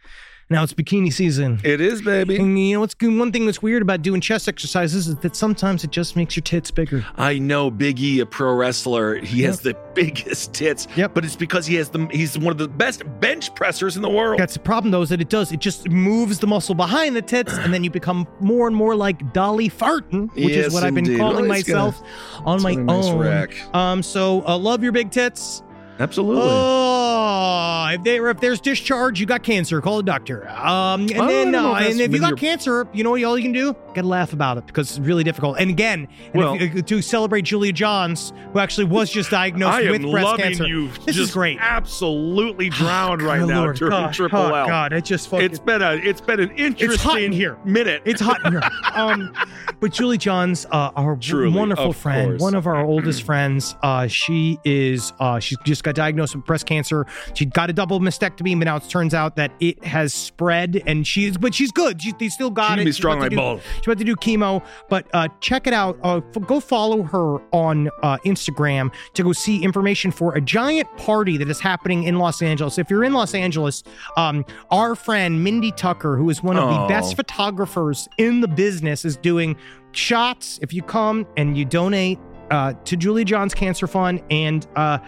Now it's bikini season. It is, baby. And you know what's good? One thing that's weird about doing chest exercises is that sometimes it just makes your tits bigger. I know Big E, a pro wrestler, he has the biggest tits. Yep. But it's because he has the he's one of the best bench pressers in the world. That's the problem, though, is that it does. It just moves the muscle behind the tits, and then you become more and more like Dolly Farton, which Yes, is what I've been indeed. calling Oh, he's myself on my got a nice own. rack. Um, so uh, love your big tits. Absolutely. Oh, if, they, if there's discharge, you got cancer. Call a doctor. Um, and I don't then know uh, if that's and if you with got your- cancer, you know what all you can do? Got to laugh about it because it's really difficult. And again, and Well- if you- to celebrate Julia Johns, who actually was just diagnosed I with am breast loving cancer. you. This is Just great. Absolutely drowned right Good now Lord, during God. Triple Oh, L. God, it just fucking- it's been a it's been an interesting It's hot in here. minute. It's hot in here. Um, but Julie Johns, uh, our w- Truly, wonderful of friend, course. one of our oldest friends, uh, she is uh, she just got diagnosed with breast cancer. She got a double mastectomy, but now it turns out that it has spread, and she's but she's good. She, they still got She can it. be She's strong about to like do- bull. She's about to do chemo, but uh, check it out. Uh, f- go follow her on uh, Instagram to go see information for a giant party that is happening in Los Angeles. If you're in Los Angeles, um, our friend Mindy Tucker, who is one of the Oh. best photographers in the business, is doing shots. If you come and you donate. Uh, to Julia John's Cancer Fund, and uh,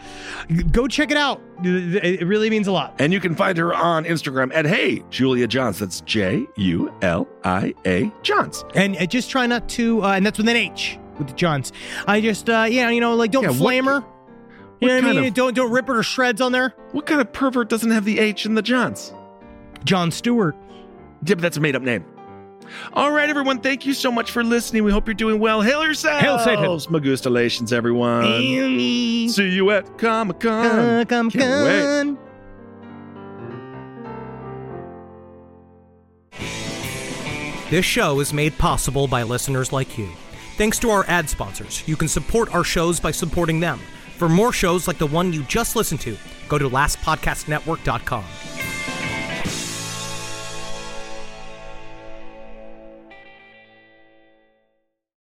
g- go check it out. It really means a lot. And you can find her on Instagram at Hey Julia Johns. That's J U L I A Johns. And uh, just try not to, uh, and that's with an H with the Johns. I just, uh, yeah, you know, like don't Yeah, what- flame her. You know what what I kind mean? of- don't don't rip her to shreds on there. What kind of pervert doesn't have the H in the Johns? John Stewart. Yeah, but that's a made up name. All right, everyone. Thank you so much for listening. We hope you're doing well. Hail yourselves. Hail Satan. Magustalations, everyone. See you at Comic Con. Come, Uh, come, come. This show is made possible by listeners like you. Thanks to our ad sponsors, you can support our shows by supporting them. For more shows like the one you just listened to, go to lastpodcastnetwork.com.